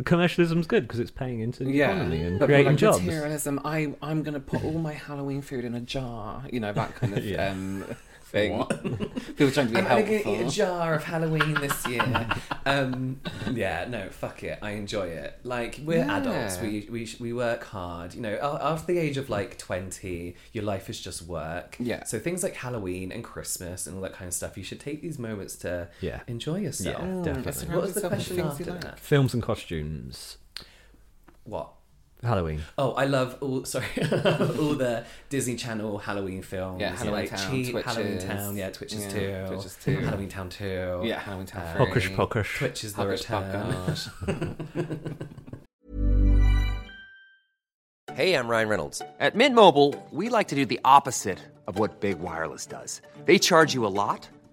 commercialism's good because it's paying into the Yeah, economy and But creating like jobs. Materialism. I I'm gonna put all my Halloween food in a jar. You know that kind of (laughs) Yeah. um, thing. (laughs) People trying to be I'm helpful. only gonna eat a jar of Halloween this year. (laughs) um, yeah, no, fuck it. I enjoy it. Like we're Yeah. adults. We we sh- we work hard. You know, a- after the age of like twenty, your life is just work. Yeah. So things like Halloween and Christmas and all that kind of stuff, you should take these moments to Yeah. enjoy yourself. Yeah. Mm, Definitely. surround What was the yourself with question things you after like. that? Films and costumes, What? Halloween. Oh, I love all (laughs) sorry all the Disney Channel Halloween films. Yeah, Halloween like Town, Cheat, Halloween Twitches. Town, yeah, Twitches Yeah, Two, Twitches 2. Halloween Town Two, Yeah, Halloween Town Uh, three. Pokish pokish. Twitches the Hocus Return. Pocus. (laughs) Hey, I'm Ryan Reynolds. At Mint Mobile, we like to do the opposite of what Big Wireless does. They charge you a lot,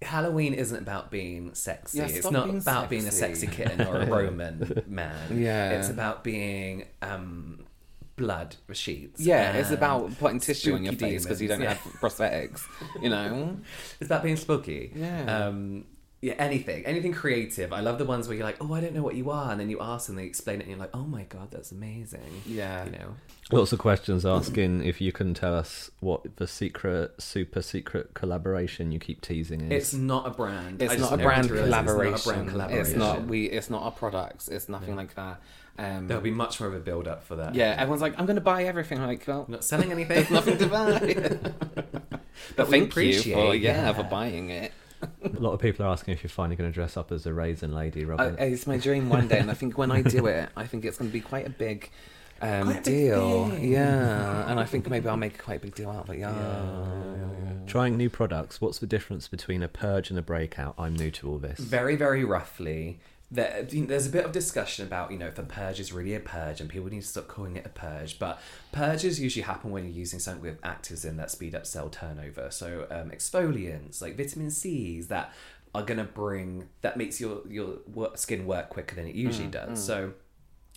Halloween isn't about being sexy. Yeah, it's stop not being about being a sexy. (laughs) sexy kitten or a Roman man. Yeah. It's about being um, blood (laughs) sheets. Yeah, it's and about putting tissue on your spooky face because you don't demons. have prosthetics. You know. Is that being spooky? Yeah. Um, yeah, anything, anything creative. I love the ones where you're like, oh, I don't know what you are, and then you ask and they explain it, and you're like, oh my god, that's amazing. Yeah. You know. Lots of questions asking if you can tell us what the secret, super secret collaboration you keep teasing is. It's not a brand. I It's just not a know brand it is. It's not a brand collaboration. It's not, collaboration. we. It's not our products. It's nothing like that. Um, There'll be much more of a build up for that. yeah, everyone's like, I'm going to buy everything. I'm like, well, I'm (laughs) not selling anything. there's nothing to (laughs) buy. but we thank you appreciate, for yeah, yeah. for buying it. a lot of people are asking if you're finally going to dress up as a raisin lady, I, Robert. it's my dream one day, and I think when I do it, I think it's going to be quite a big. Um, Quite a big deal, thing. yeah, and I think maybe I'll make quite a big deal out of it. Yeah, Trying new products. What's the difference between a purge and a breakout? I'm new to all this. very very roughly there, there's a bit of discussion about you know if a purge is really a purge and people need to stop calling it a purge but purges usually happen when you're using something with actives in that speed up cell turnover so um, exfoliants like vitamin c's that are going to bring that makes your your work, skin work quicker than it usually does so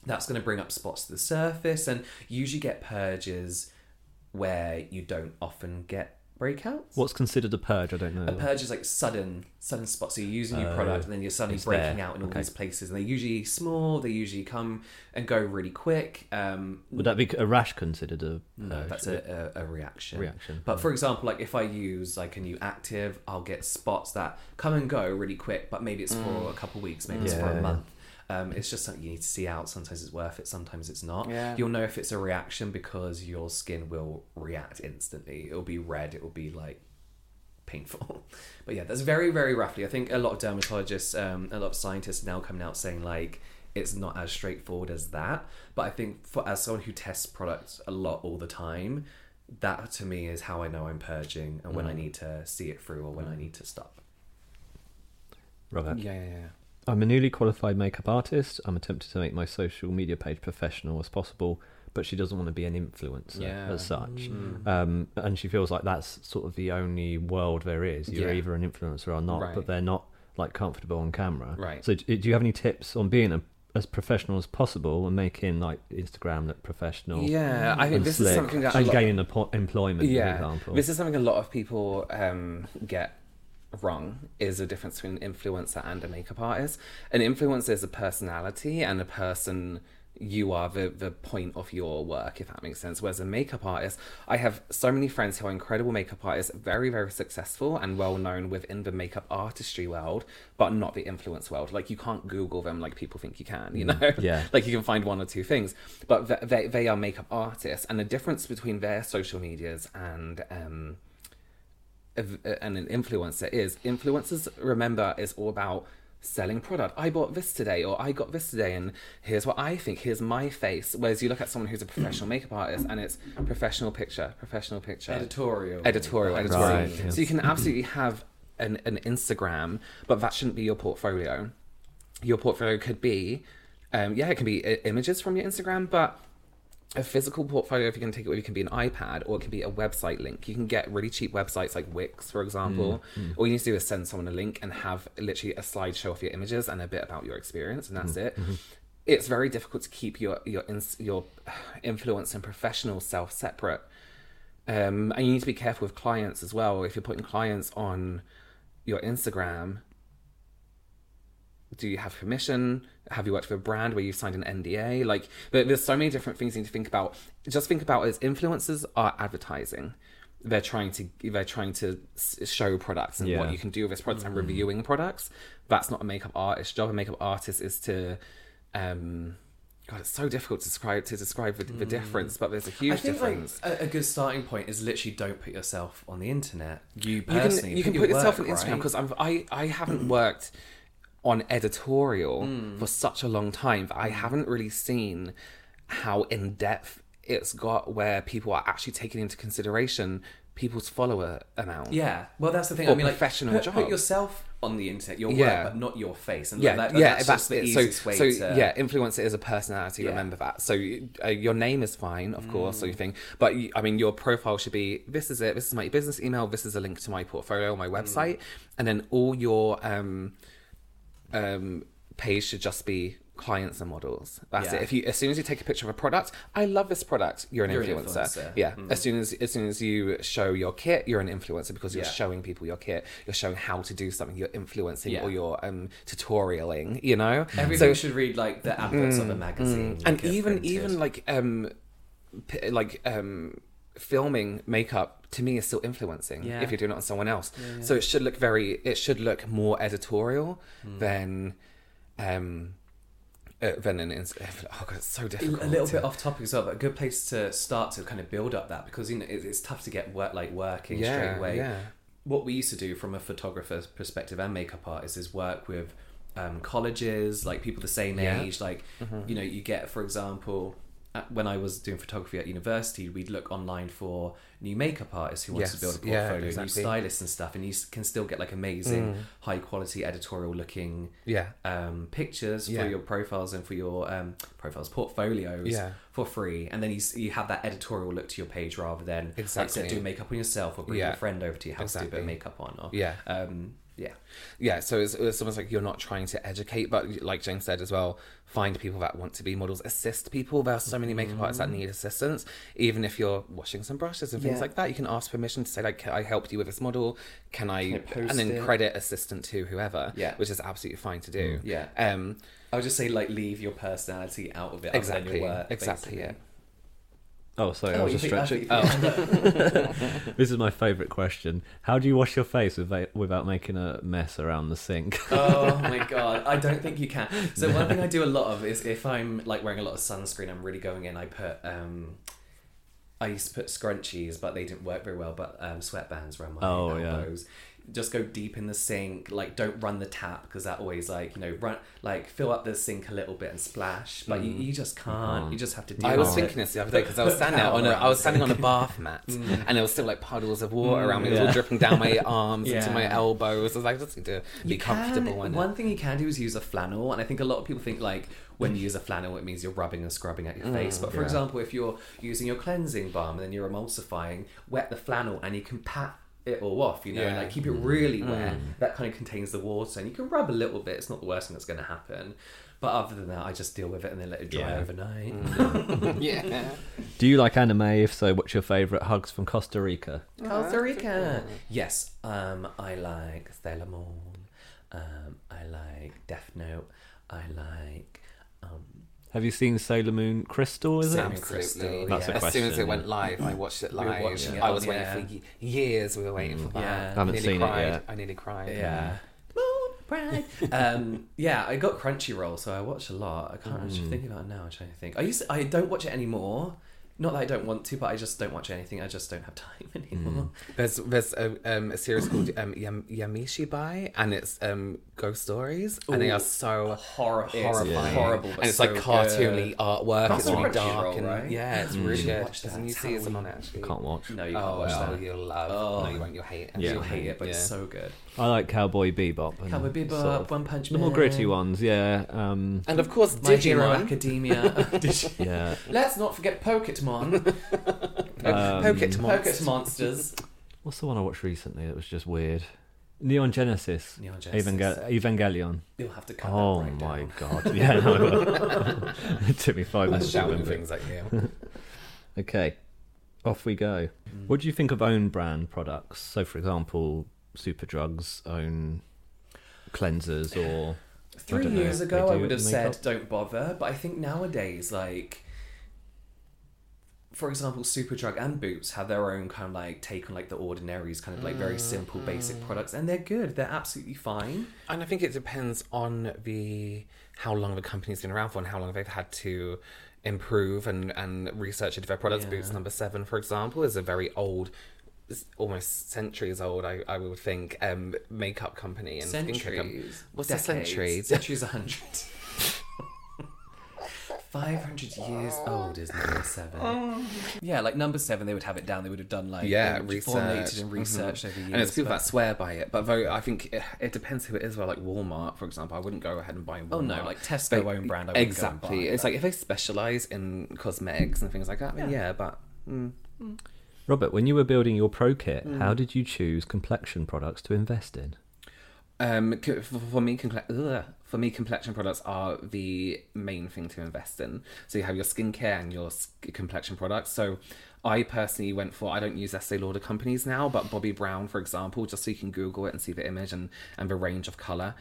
that's going to bring up spots to the surface and you usually get purges where you don't often get breakouts What's considered a purge? I don't know. a purge is like sudden, sudden spots. So you use a new product and then you're suddenly breaking Oh, there. out in all Okay. these places. And they're usually small. They usually come and go really quick. Um, Would that be a rash considered a no, purge? that's a, a, a reaction. Oh, Reaction, But for example, like if I use like a new active, I'll get spots that come and go really quick. But maybe it's for a couple weeks. Maybe it's for Mm. Yeah. a month. Um, it's just something you need to see out. Sometimes it's worth it. Sometimes it's not. Yeah. You'll know if it's a reaction because your skin will react instantly. It'll be red. It will be like painful. (laughs) But yeah, that's very, very roughly. I think a lot of dermatologists, um, a lot of scientists now coming out saying like it's not as straightforward as that. But I think for as someone who tests products a lot all the time, that to me is how I know I'm purging and when I need to see it through or when I need to stop. Robert. yeah, yeah, yeah. I'm a newly qualified makeup artist. I'm attempting to make my social media page professional as possible, but she doesn't want to be an influencer Yeah. Mm. as such. Um, and she feels like that's sort of the only world there is. You're Yeah. either an influencer or not, Right. but they're not like comfortable on camera. Right. So, d- do you have any tips on being a, as professional as possible and making like Instagram look professional? Yeah, I think and this slick is something that a and lot- gaining apo- employment, for example. This is something a lot of people um, get wrong is the difference between an influencer and a makeup artist. An influencer is a personality and a person you are the, the point of your work, if that makes sense. Whereas a makeup artist, I have so many friends who are incredible makeup artists, very, very successful and well known within the makeup artistry world, but not the influence world. Like you can't Google them like people think you can, you know? Mm, yeah. (laughs) like you can find one or two things but th- they, they are makeup artists and the difference between their social medias and um of- and an influencer is influencers remember is all about selling product i bought this today or i got this today and here's what i think here's my face whereas you look at someone who's a professional makeup artist and it's professional picture professional picture Editorial. editorial editorial Right, yes. Mm-hmm. so you can absolutely have an, an instagram but that shouldn't be your portfolio your portfolio could be um, yeah it can be I- images from your instagram but a physical portfolio if you can take it with you can be an ipad or it can be a website link you can get really cheap websites like wix for example Mm-hmm. all you need to do is send someone a link and have literally a slideshow of your images and a bit about your experience and that's it Mm-hmm. it's very difficult to keep your your ins- your (sighs) influence and professional self separate um, and you need to be careful with clients as well if you're putting clients on your instagram do you have permission? Have you worked for a brand where you've signed an NDA? Like, there, there's so many different things you need to think about. Just think about as influencers are advertising. They're trying to they're trying to s- show products and Yeah. what you can do with this product Mm-hmm. and reviewing products. That's not a makeup artist's job. A makeup artist is to, um, God, it's so difficult to describe to describe the, the difference, but there's a huge Mm. I think difference. like a, a good starting point is literally don't put yourself on the internet. You you personally, can, you can your put yourself work, on Instagram right? Mm. because I've I, I haven't worked on editorial for such a long time that I Mm. haven't really seen how in depth it's got where people are actually taking into consideration people's follower amount. Yeah, well, that's the thing. Or I mean, like professional put, job. put yourself on the internet, your Yeah. work, but not your face. And Yeah, yeah, that, yeah, that's, that's, just the it. easiest so, way so to. yeah, influencer is a personality. Yeah. Mm. Remember that. So you- uh, your name is fine, of course, so you think. But you, I mean, your profile should be: this is it. This is my business email. This is a Mm. link to my portfolio, my website, and then all your um, um, page should just be clients and models. That's Yeah. it. If you as soon as you take a picture of a product, I love this product, you're an, You're an influencer. influencer. Yeah. As soon as as soon as you show your kit, you're an influencer because you're Yeah. showing people your kit. You're showing how to do something. You're influencing Yeah. Hmm. or you're um tutorialing, you know? Everything should read like the adverts of a magazine, and like, if even printed. even like um p- like um filming makeup to me is still influencing Yeah. if you're doing it on someone else so it should look very it should look more editorial Hmm. than um uh, than an ins- oh god it's so a difficult little bit off topic as well, but a good place to start to kind of build up that because you know it, it's tough to get work like working Yeah, straight away. yeah. What we used to do from a photographer's perspective and makeup artist is work with um, colleges, like people the same Yeah. age. Like you know, you get for example. at- When I was doing photography at university, we'd look online for new makeup artists who wanted to Yes, build a yeah, portfolio, exactly. new stylists and stuff, and you s- can still get like amazing, high quality editorial looking Yeah. um, pictures Yeah. for your profiles and for your um, profiles portfolios Yeah. for free, and then you s- you have that editorial look to your page rather than Exactly. like, do makeup on yourself or bring Yeah. your friend over to your house to do a bit of Exactly. makeup on. Or, Yeah. um, yeah, yeah so it's, it's almost like you're not trying to educate but like jane said as well find people that want to be models assist people there are so many makeup artists that need assistance even if you're washing some brushes and things Mm. Yeah. like that you can ask permission to say like i helped you with this model can i, I post and then it? credit assistant to whoever Yeah. Mm. which is absolutely fine to do Yeah. um I would just say like leave your personality out of it. other than exactly your work, exactly yeah basically. Oh, sorry, I Oh, was you just think- I stretching. think- This is my favourite question. How do you wash your face without, without making a mess around the sink? (laughs) oh my god, I don't think you can. So one thing I do a lot of is if I'm like wearing a lot of sunscreen, I'm really going in. I put um, I used to put scrunchies, but they didn't work very well. But um, sweatbands around my Oh, yeah. elbows. Just go deep in the sink. Like don't run the tap because that always like you know run like fill up the sink a little bit and splash. But Mm. you, you just can't. Mm-hmm. You just have to. Deal Oh. I was with thinking it. this the other day because I was standing out on a, I was standing on a bath (laughs) mat Mm. and there was still like puddles of water around me. It was all Yeah. dripping down my (laughs) arms into Yeah. my elbows. I was like, I just need to be comfortable. Can, in it. one thing you can do is use a flannel, and I think a lot of people think like when you use a flannel, it means you're rubbing and scrubbing at your Mm, face. But for example, if you're using your cleansing balm and then you're emulsifying, wet the flannel and you can pat it all off. You know, Yeah. Mm. like keep it really wet. That kind of contains the water, and you can rub a little bit. It's not the worst thing that's going to happen. But other than that, I just deal with it and then let it dry Yeah. overnight. Mm. (laughs) (laughs) Yeah. do you like anime? If so, what's your favourite hugs from Costa Rica? Costa Rica. Yes, um, I like Sailor Moon. Um, I like Death Note. I like um, Have you seen Sailor Moon Crystal? Is it? Sam Crystal, Absolutely. That's yeah. a As soon as question, it went live, I watched it were live. watching it I on was the waiting air. for ye- years. We were waiting for that. Yeah. Haven't nearly seen it cried. yet. I nearly cried. yeah. Moon Pride. um, yeah, I got Crunchyroll, so I watch a lot. I can't Hmm. actually think about it now. I'm trying to think. I used to, I don't watch it anymore. Not that I don't want to, but I just don't watch anything. I just don't have (laughs) time anymore. Hmm. There's there's a, um, a series called um, Yam- Yamishibai, and it's um, ghost stories, and they Ooh. are so Horror- it's horrifying, horrible, but and it's so like cartoony good. artwork. That's it's on really Crunchyroll, dark, and right? yeah, it's really good. watch There's a that. new It's how season we- on it, actually. Can't watch. No, you can't Oh, watch well, that. you'll love. Oh. No, you won't. You'll hate it. Yeah. You'll hate it, but it's Yeah. so good. I like Cowboy Bebop. And Cowboy Bebop, sort of One Punch The more Man. gritty ones, yeah. (laughs) Um, And of course, My Hero Digimon. Academia. (laughs) Digimon. yeah. Let's not forget (laughs) Pokemon. Pokemon. Pokemon monsters. What's the one I watched recently that was just weird? Neon Genesis. Neon Genesis. Evangel- Evangelion. You'll have to cut that Oh right my down. god. Yeah, no, I will. (laughs) (laughs) it took me five I'm minutes. to shouting remember it. things at you. Okay, off we go. What do you think of own brand products? So, for example, Superdrug's own cleansers or. I Three don't know years if ago, they I do would have makeup. said don't bother, but I think nowadays, like, for example, Superdrug and Boots have their own kind of like take on like the ordinaries, kind of like very simple, basic products, and they're good. They're absolutely fine. And I think it depends on the how long the company's been around for and how long they've had to improve and and research into their products. Boots number seven, for example, is a very old. it's Almost centuries old, I, I would think. Um, makeup company and skincare company. Centuries. What's a decades, century? (laughs) (laughs) Centuries, a hundred. Five hundred years old is number seven. Yeah, like number seven, they would have it down. They would have done like yeah, they would have research formulated and researched Mhm. over years. And it's people but- that swear by it, but though I think it, it depends who it is. Well, like Walmart, for example, I wouldn't go ahead and buy. Walmart. Oh, no, like Tesco own brand, I wouldn't go and exactly. buy, it's but- like if they specialize in cosmetics and things like that. Then yeah, but Mm. Robert, when you were building your pro kit, how did you choose complexion products to invest in? Um, c- for, for me, comple- ugh. for me, complexion products are the main thing to invest in. So you have your skincare and your sk- complexion products. So I personally went for I don't use Estee Lauder companies now, but Bobby Brown, for example, just so you can Google it and see the image and and the range of color.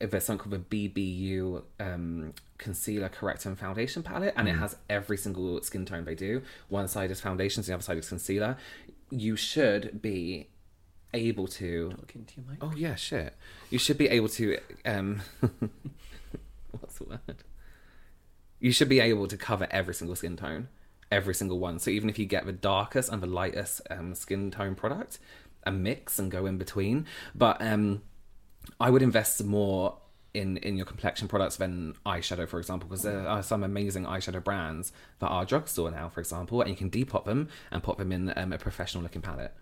If There's something called the BBU um, concealer, corrector, and foundation palette, and it has every single skin tone they do. One side is foundations, the other side is concealer. You should be able to Oh yeah, shit. You should be able to um (laughs) what's the word? You should be able to cover every single skin tone, every single one. So even if you get the darkest and the lightest um skin tone product, a mix and go in between, but um I would invest more in in your complexion products than eyeshadow, for example, because there are some amazing eyeshadow brands that are drugstore now, for example, and you can depop them and pop them in um, a professional looking palette.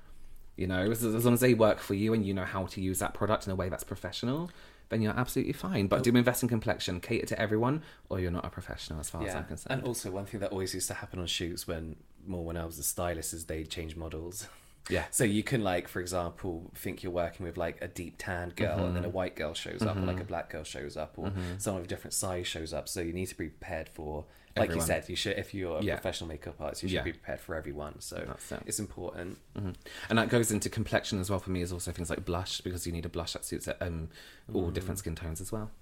You know, as, as long as they work for you and you know how to use that product in a way that's professional, then you're absolutely fine. But do invest in complexion, cater to everyone, or you're not a professional as far as I'm concerned. And also, one thing that always used to happen on shoots when more when I was a stylist is they'd change models. (laughs) Yeah. So you can like, for example, think you're working with like a deep tanned girl, Mm-hmm, and then a white girl shows up, or like a black girl shows up, or someone of a different size shows up. So you need to be prepared for, like Everyone. you said, you should if you're a Yeah. professional makeup artist, you should Yeah. be prepared for everyone. So That's it. it's important. Mm-hmm. And that goes into complexion as well for me is also things like blush because you need a blush that suits um, all different skin tones as well.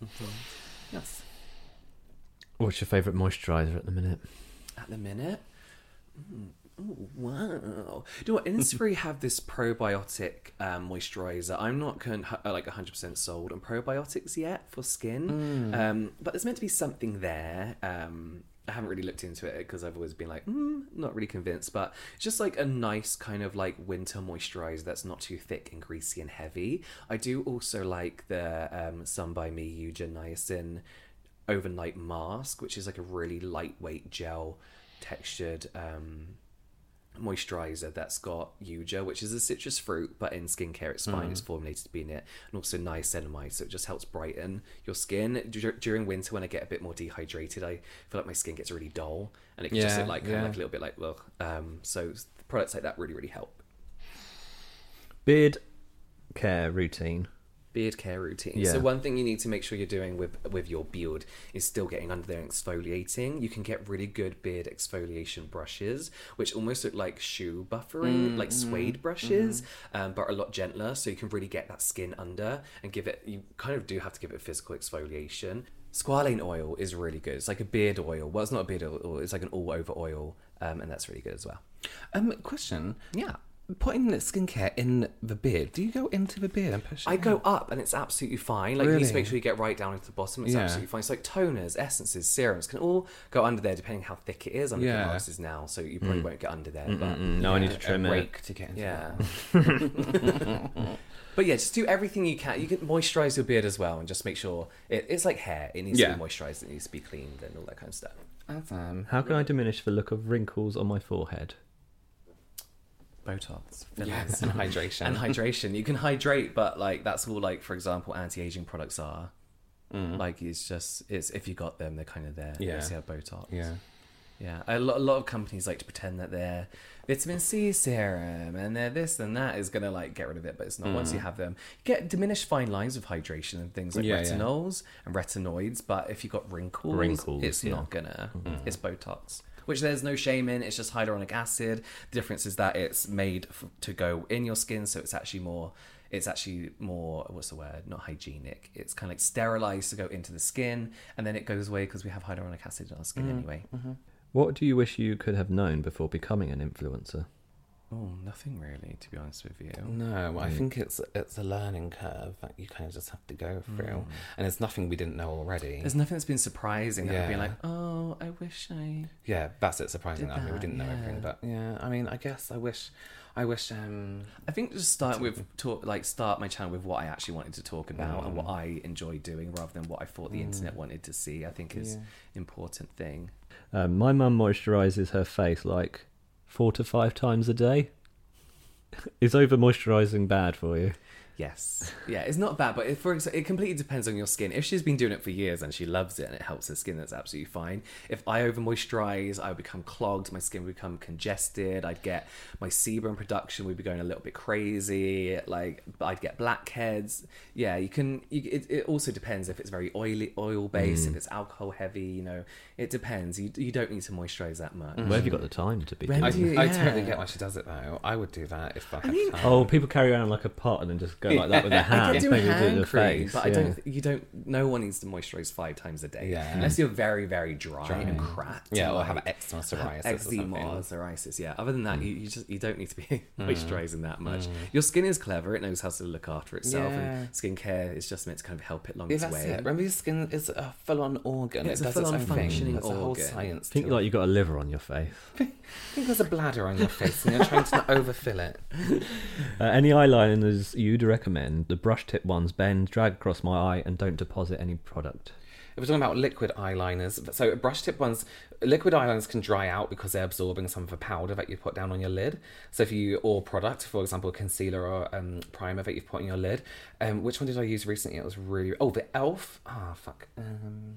Yes. What's your favourite moisturiser at the minute? At the minute? Mm. Ooh, wow. Do you know what? Innisfree have this probiotic um, moisturizer. I'm not con- uh, like 100% sold on probiotics yet for skin, um, but there's meant to be something there. Um, I haven't really looked into it because I've always been like, mm, not really convinced, but it's just like a nice kind of like winter moisturizer that's not too thick and greasy and heavy. I do also like the um, Sun by Me Eugen Niacin overnight mask, which is like a really lightweight gel textured um, moisturizer that's got Yuja, which is a citrus fruit, but in skincare it's Mm. fine. It's formulated to be in it, and also niacinamide, so it just helps brighten your skin Dur- during winter. When I get a bit more dehydrated, I feel like my skin gets really dull, and it can just Yeah, look like kind yeah. of like a little bit like well. Um, so products like that really really help. Beard care routine. beard care routine. Yeah. So one thing you need to make sure you're doing with with your beard is still getting under there and exfoliating. You can get really good beard exfoliation brushes, which almost look like shoe buffering, Mm, like mm-hmm, suede brushes, um, but are a lot gentler. So you can really get that skin under and give it. You kind of do have to give it physical exfoliation. Squalane oil is really good. It's like a beard oil. Well, it's not a beard oil. It's like an all over oil, um, and that's really good as well. Um, question. Yeah. Putting the skincare in the beard, do you go into the beard and push it? I go up and it's absolutely fine. Like you need to Really? make sure you get right down into the bottom. It's Yeah. absolutely fine. It's like toners, essences, serums can all go under there depending how thick it is. I'm looking Yeah. Mm. at masks now, so you probably won't get under there. But Mm, No, I need to trim in? it. Rake to get into yeah. (laughs) (laughs) but yeah, just do everything you can. You can moisturize your beard as well, and just make sure it, it's like hair. It needs Yeah. to be moisturized. It needs to be cleaned and all that kind of stuff. Awesome. How can I diminish the look of wrinkles on my forehead? Botox, Yes, and (laughs) hydration. and hydration. You can hydrate, but like that's all like for example anti-aging products are. Mm. Like it's just it's if you got them, they're kind of there. Yeah. Yeah, see how Botox. yeah. yeah. A lot, a lot of companies like to pretend that they're vitamin C serum and they're this and that is gonna like get rid of it, but it's not. Once you have them, you get diminished fine lines with hydration and things like Mm. Yeah, yeah. retinols and retinoids. But if you got wrinkles, Wrinkles, it's yeah. not gonna. It's Botox, which there's no shame in. It's just hyaluronic acid. The difference is that it's made f- to go in your skin, so it's actually more. It's actually more. What's the word? Not hygienic. It's kind of like sterilized to go into the skin, and then it goes away because we have hyaluronic acid in our skin Mm-hmm. anyway. What do you wish you could have known before becoming an influencer? Mm-hmm. Oh, nothing really, to be honest with you. No, Mm. I think it's it's a learning curve that you kind of just have to go through, Mm. and there's nothing we didn't know already. There's nothing that's been surprising that I've been Yeah. like, oh, I wish I. Yeah, that's it. Surprising. Did I mean, we that, didn't know everything, yeah. but yeah. I mean, I guess I wish, I wish. um I think just start with talk, like start my channel with what I actually wanted to talk about and what I enjoy doing, rather than what I thought the internet wanted to see. I think is an important thing. Um, my mum moisturises her face like (laughs) four to five times a day. Is over moisturising bad for you? Yes. (laughs) Yeah, it's not bad, but it, for ex- it completely depends on your skin. If she's been doing it for years and she loves it and it helps her skin, that's absolutely fine. If I over moisturize, I would become clogged, my skin would become congested, I'd get my sebum production would be going a little bit crazy, like I'd get blackheads. Yeah, you can, you, it, it also depends if it's very oily, oil based, if it's alcohol heavy, you know, it depends. You, you don't need to moisturize that much. Where have you got the time to be? Remedy- Doing I, that? I Yeah. totally get why she does it though. I would do that if I had time. (laughs) Oh, people carry around like a pot and then just go like that with (laughs) their I hand, could do maybe hand to the cream, face. but I yeah. don't. You don't. No one needs to moisturize five times a day, Yeah. unless you're very, very dry, and cracked. Yeah, and or have like- eczema, psoriasis, or eczema, something. Mm. or psoriasis. Yeah. Other than that, you, you just you don't need to be (laughs) moisturizing that much. Your skin is clever; it knows how to look after itself, and skincare is just meant to kind of help it along Yeah, its that's way. it. Remember, your skin is a full-on organ. Yeah, it's it a does its full-on own functioning thing. There's a whole organ. science. Think to like it. you've got a liver on your face. (laughs) think there's a bladder on your face, and you're trying (laughs) to not overfill it. Uh, any eyeliners you'd recommend? The brush tip ones bend, drag across my eye, and don't deposit any product. If we're talking about liquid eyeliners, so brush tip ones, liquid eyeliners can dry out because they're absorbing some of the powder that you put down on your lid. So if you or product, for example, concealer or um, primer that you've put on your lid, um, which one did I use recently? It was really oh the Elf. Ah fuck. Um,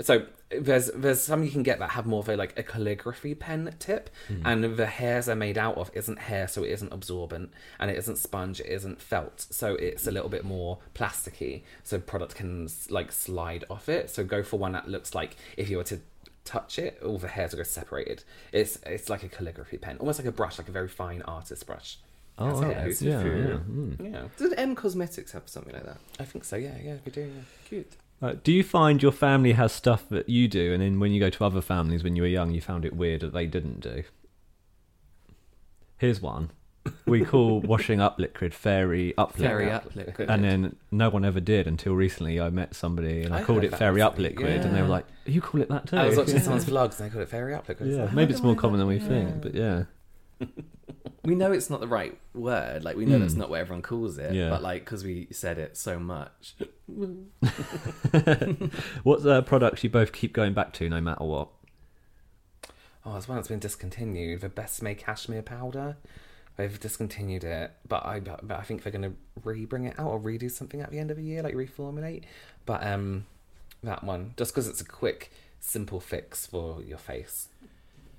so there's there's some you can get that have more of a like a calligraphy pen tip Hmm. and the hairs they're made out of isn't hair so it isn't absorbent and it isn't sponge it isn't felt so it's a little bit more plasticky so product can s- like slide off it so go for one that looks like if you were to touch it all the hairs are separated it's it's like a calligraphy pen almost like a brush like a very fine artist brush Oh, That's how wow. it is. yeah, Hmm. yeah. yeah did M Cosmetics have something like that I think so yeah yeah we do yeah cute Uh, do you find your family has stuff that you do, and then when you go to other families when you were young, you found it weird that they didn't do? Here's one. We call washing up liquid fairy up Fairy liquid. up liquid. And then no one ever did until recently. I met somebody and I, I called heard it that fairy up recently, liquid, and they were yeah. like, "You call it that too?" I was (laughs) watching Yeah. someone's vlogs and they called it fairy up liquid Yeah, maybe it's more common than we think, but yeah. we know it's not the right word. Like we know that's not what everyone calls it. Mm. Yeah. But like because we said it so (laughs) much, What's uh, products you both keep going back to no matter what? Oh, as well, it's been discontinued. The Best Made Cashmere Powder. They've discontinued it, but I but but I think they're gonna re-bring it out or redo something at the end of the year, like reformulate. But um, that one just because it's a quick, simple fix for your face,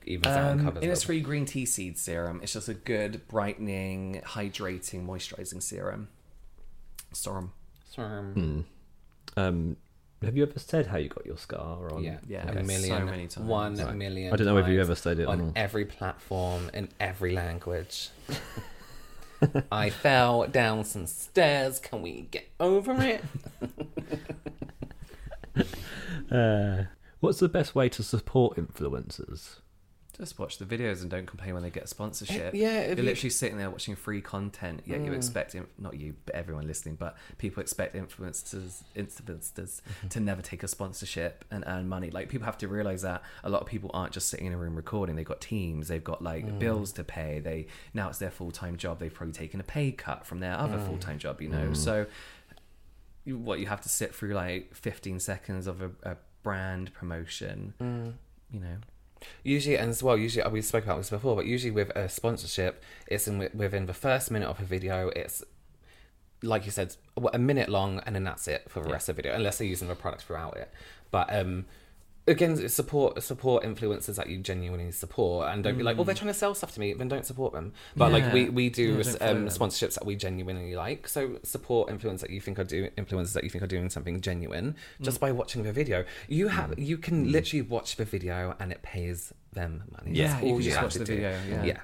even as that Um, one covers. up. Innisfree green tea seed serum. It's just a good brightening, hydrating, moisturizing serum. Serum. Sorry. Um, have you ever said how you got your scar? On? Yeah, Yeah, a so million, many times. one million I don't know if you times ever said it on or not. every platform in every language. (laughs) I fell down some stairs. Can we get over (laughs) it? Uh, what's the best way to support influencers? Just watch the videos and don't complain when they get a sponsorship. Eh, yeah, if you're you- Hmm. literally sitting there watching free content. Yet you expect inf- not you, but everyone listening, but people expect influencers, influencers Mm-hmm. to never take a sponsorship and earn money. Like people have to realize that a lot of people aren't just sitting in a room recording. They've got teams. They've got like Hmm. bills to pay. They now it's their full time job. They've probably taken a pay cut from their Hmm. other full time job. You know, so you- what you have to sit through like 15 seconds of a, a brand promotion. Hmm. You know. Usually, and as well, usually uh, we spoke about this before, but usually with a sponsorship, it's in within the first minute of a video. It's like you said, wha- a minute long, and then that's it for the rest of the video, unless they're using the product throughout it. But um, again, support support influencers that you genuinely support, and don't be like, oh, they're trying to sell stuff to me, then don't support them. But like we Mm. Yeah. we do don't follow um, them. sponsorships that we genuinely like, so support influencers that you think are doing influencers that you think are doing something genuine Mm. just by watching the video. You have you can literally watch the video and it pays them money. Yeah, That's you all can you just have watch to the do. video, yeah. yeah.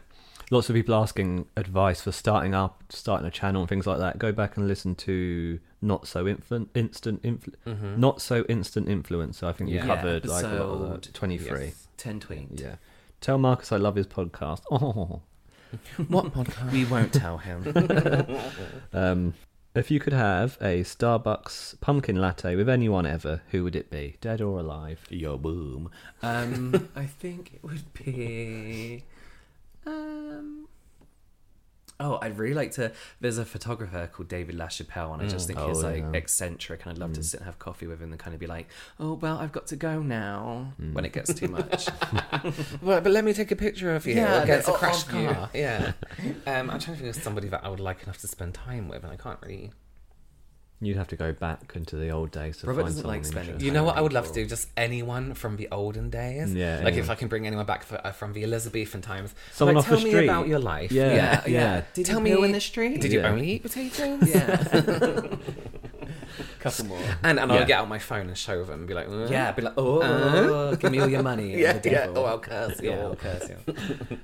Lots of people asking advice for starting up, starting a channel, and things like that. Go back and listen to not so infant, instant, influ- not so instant influencer. I think Yeah. Mm-hmm. you Yeah, covered like a lot of episode- that. twenty three. yes, 10 tweet. Yeah, tell Marcus I love his podcast. (laughs) Oh, What podcast? (laughs) We won't tell him. um, if you could have a Starbucks pumpkin latte with anyone ever, who would it be, dead or alive? Your boom. Um, I think it would be. Um, oh, I'd really like to. There's a photographer called David LaChapelle, Mm. and I just think he's like eccentric, and I'd love to sit and have coffee with him and kind of be like, oh, well, I've got to go now when it gets too much. Well, but let me take a picture of you Yeah, against a or- or crashed of you. car. Yeah. (laughs) um, I'm trying to think of somebody that I would like enough to spend time with, and I can't really. You'd have to go back into the old days to Robert find doesn't someone like spending interesting. time You know what I would love to do? Just anyone from the olden days. Yeah, Like if anyone. I can bring anyone back for, uh, from the Elizabethan times. Someone like, off tell the me street. about your life. Yeah, yeah, yeah. yeah. Did Tell you me poo in the street? Did you Yeah. only eat potatoes? Yeah. (laughs) Couple more. And and I'll Yeah. get out my phone and show them and be like, "Mm." Yeah, be like, oh, give me all (laughs) your money. and Yeah, the yeah. devil." Oh, I'll curse you. Yeah, I'll curse (laughs) you.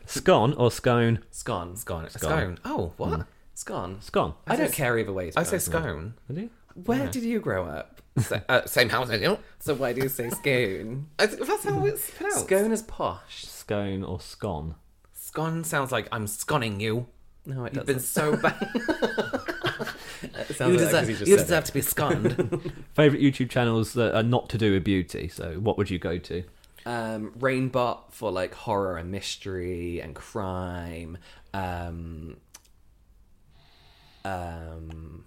Scone or scone? Scone. scone. Scone. Scone. Oh, Hmm. what? Scone. Scone. I don't care either way. to I be say honest. scone. Would you? Where did you grow up? Sa- uh, same house, I know. (laughs) So why do you say scone? I think That's how it's pronounced. Scone is posh. Scone or scone? Scone sounds like I'm sconning you. No, it You've been so (laughs) bad. (laughs) It sounds you like that deserve, 'cause he just you said it. deserve to be sconed. (laughs) Favorite YouTube channels that are not to do with beauty. So what would you go to? um, Rainbot for like horror and mystery and crime. Um, um,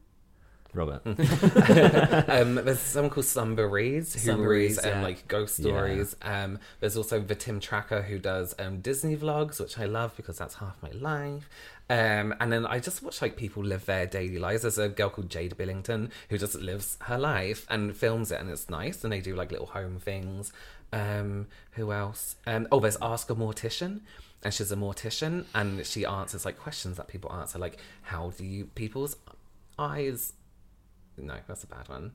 (laughs) Robert. um, there's someone called Slumber Reads who Slumber reads Reads, um, yeah. like ghost stories. Um, there's also the Tim Tracker who does um, Disney vlogs, which I love because that's half my life. Um, and then I just watch like people live their daily lives. There's a girl called Jade Billington who just lives her life and films it, and it's nice. And they do like little home things. Um, who else? Um, oh, there's Ask a Mortician, and she's a mortician, and she answers like questions that people answer, like how do you people's eyes? No, that's a bad one.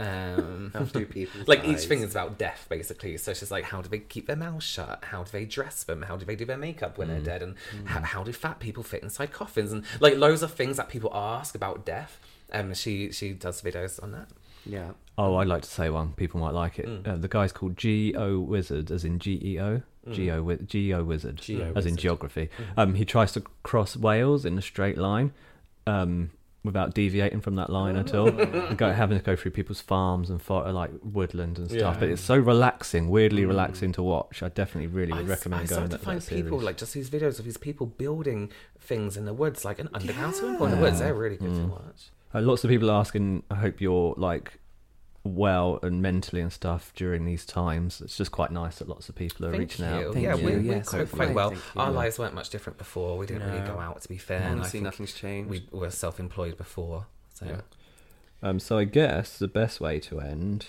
Um, do people's (laughs) like each eyes? thing is about death, basically. So it's just like, how do they keep their mouths shut? How do they dress them? How do they do their makeup when they're dead? And how, how do fat people fit inside coffins? And like loads of things that people ask about death. Um, she she does videos on that. yeah. Oh, I'd like to say one. People might like it. Mm. Uh, the guy's called Geo Wizard, as in G E O. Mm. Geo Wi- Geo Wizard, E Geo as in Wizard. geography. Mm-hmm. Um, he tries to cross Wales in a straight line, um, without deviating from that line at all. Mm. And (laughs) go, having to go through people's farms and far, like woodland and stuff. But it's so relaxing, weirdly relaxing to watch. I definitely really would Mm. I, recommend I going started that, to find that people series. like just these videos of these people building things in the woods, like an underground swimming pool in the woods. They're really good to watch. Uh, lots of people are asking. I hope you're like well and mentally and stuff during these times. It's just quite nice that lots of people are Thank reaching you. out. yeah, Thank we you. we're Yeah, quite quite well. thank you. Our lives weren't much different before. We didn't really No. go out, to be fair. and I Honestly, think nothing's changed. We were self-employed before, so Um, so I guess the best way to end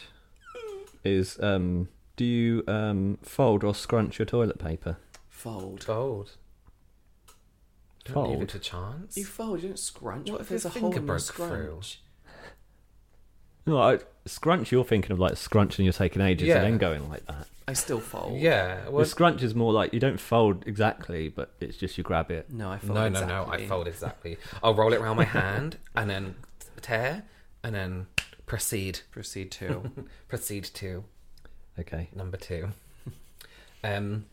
is um, do you um, fold or scrunch your toilet paper? Fold. gold. Don't leave it Fold. to chance. You fold. You don't scrunch. What if your there's a finger hole in your broke through? scrunch? No, I, scrunch. You're thinking of like scrunch, and you're taking ages Yeah. and then going like that. I still fold. yeah. The Well, scrunch is more like you don't fold exactly, but it's just you grab it. Mm. No, I fold. no, exactly. no, no. I fold exactly. I'll roll it around my hand (laughs) and then tear and then proceed. Proceed to. (laughs) Proceed to Okay. number two. Um,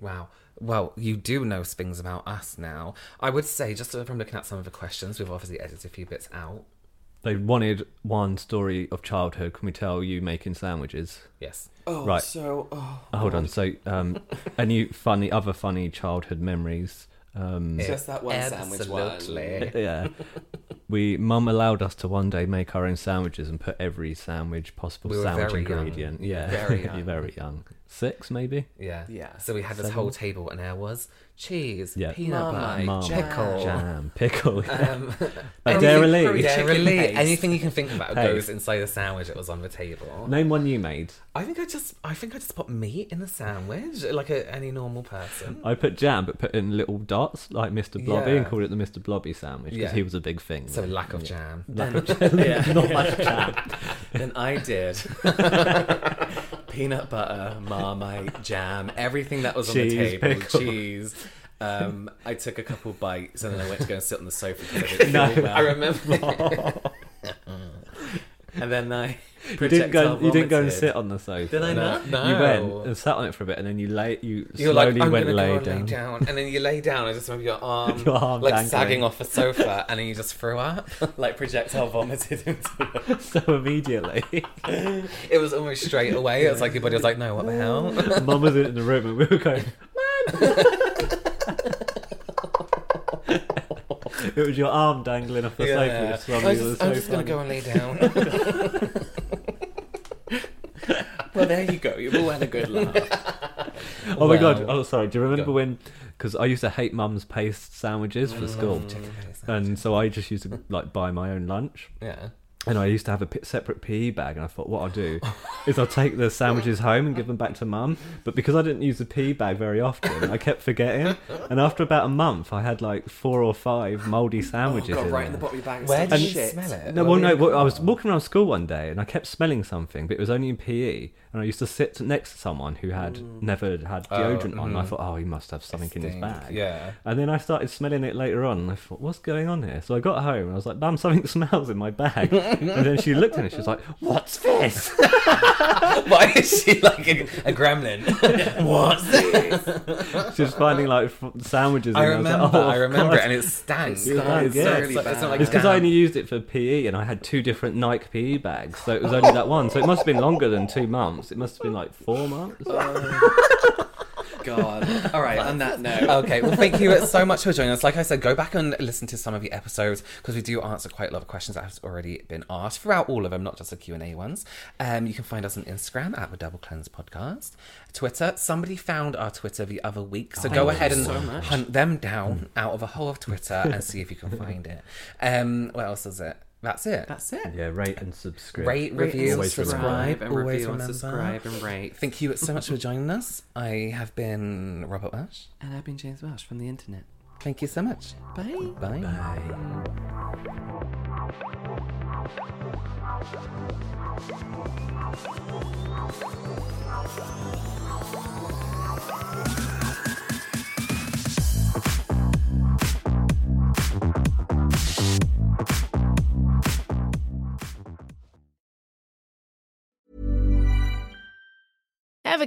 wow. Well, you do know things about us now. I would say, just from looking at some of the questions, we've obviously edited a few bits out. They wanted one story of childhood. Can we tell you making sandwiches? Yes. oh, Right. so oh, Oh, hold on. So, (laughs) um, any funny other funny childhood memories? Um, just that one sandwich (laughs) one. Absolutely. yeah. We mum allowed us to one day make our own sandwiches and put every sandwich possible We were sandwich very young. ingredient. Yeah, Very (laughs) You're young. very young. Six maybe. Yeah. Yeah. So we had this whole table, and there was cheese, Yeah. peanut butter, Marmite, pickle, Jam, pickle, yeah. Um, (laughs) A anything- Dairy Lee. fruit, Dairy Chicken Lee. paste. Anything you can think about Paste. goes inside the sandwich that was on the table. Name one you made. I think I just, I think I just put meat in the sandwich, like a, any normal person. I put jam, but put in little dots like Mr. Blobby and Yeah. called it the Mr. Blobby sandwich because Yeah. he was a big thing. (laughs) So lack of jam. (laughs) yeah. not (laughs) much chat. Then I did peanut butter, marmite, jam, everything that was Cheese, on the table, pickle. cheese. Um, I took a couple bites and then I went to go and sit on the sofa because I didn't feel well. I remember. And then I (laughs) you didn't go. projectile You didn't go and vomited. sit on the sofa. Did I No. (laughs) not? No. You went and sat on it for a bit, and then you lay. You You're Oh. like, slowly I'm went gonna lay, go and down. lay down, and then you lay down. I just remember (laughs) your arm, Your arm like dangling. sagging off the sofa, and then you just threw up. (laughs) Like projectile vomited into the (laughs) So immediately, (laughs) It was almost straight away. It was like your body was like, (laughs) no, what the hell? (laughs) Mum was in the room, and we were going, it was your arm dangling off the Yeah. sofa. Which I'm just, I'm just going to go and lay down. (laughs) well, there you go. You've all had a good laugh. Oh my god! Well- Oh, sorry. Do you remember Go. when? Because I used to hate mum's paste sandwiches for school, Mm. and so I just used to like buy my own lunch. (laughs) Yeah. (laughs) And I used to have a p- separate PE bag, and I thought, what I'll do is I'll take the sandwiches home and give them back to mum. But because I didn't use the PE bag very often, I kept forgetting. And after about a month, I had like four or five mouldy sandwiches. God, Oh, in right there. in the bottom of your bag. Where Where did did you shit. smell it? (laughs) No, Were well, you- no. Well, I was walking around school one day and I kept smelling something, but it was only in PE. And I used to sit next to someone who had never had deodorant on. And I thought, oh, he must have something in his Mm. mm-hmm. Stink, bag. yeah. And then I started smelling it later on. And I thought, what's going on here? So I got home and I was like, Mum, something (laughs) smells in my bag. and then she looked at it. She was like, What's this? Why is she like a, a (laughs) gremlin? (laughs) What's this? she was finding like f- sandwiches. I and remember. was like, oh, I of remember, course." and it stank. It stank, yeah. It's, like, it's not like It's because I damp. only used it for PE and I had two different Nike PE bags, so it was only that one. So it must have been longer than two months. It must have been like four (laughs) months. God. All right. On that note. okay, well, thank you so much for joining us. Like I said, go back and listen to some of the episodes because we do answer quite a lot of questions that has already been asked throughout all of them, not just the Q and A ones. Um, you can find us on Instagram at the Double Cleanse Podcast, Twitter. Somebody found our Twitter the other week, Oh, so go ahead and hunt them down Mm. out of a hole of Twitter and see if you can find it. Um, what else is it? That's it. That's it. Yeah, rate and subscribe. Rate, review, always subscribe, and always review and remember. subscribe and rate. Thank you so much (laughs) for joining us. I have been Robert Ash. And I've been James Welsh from the internet. Thank you so much. Bye. Bye. Ever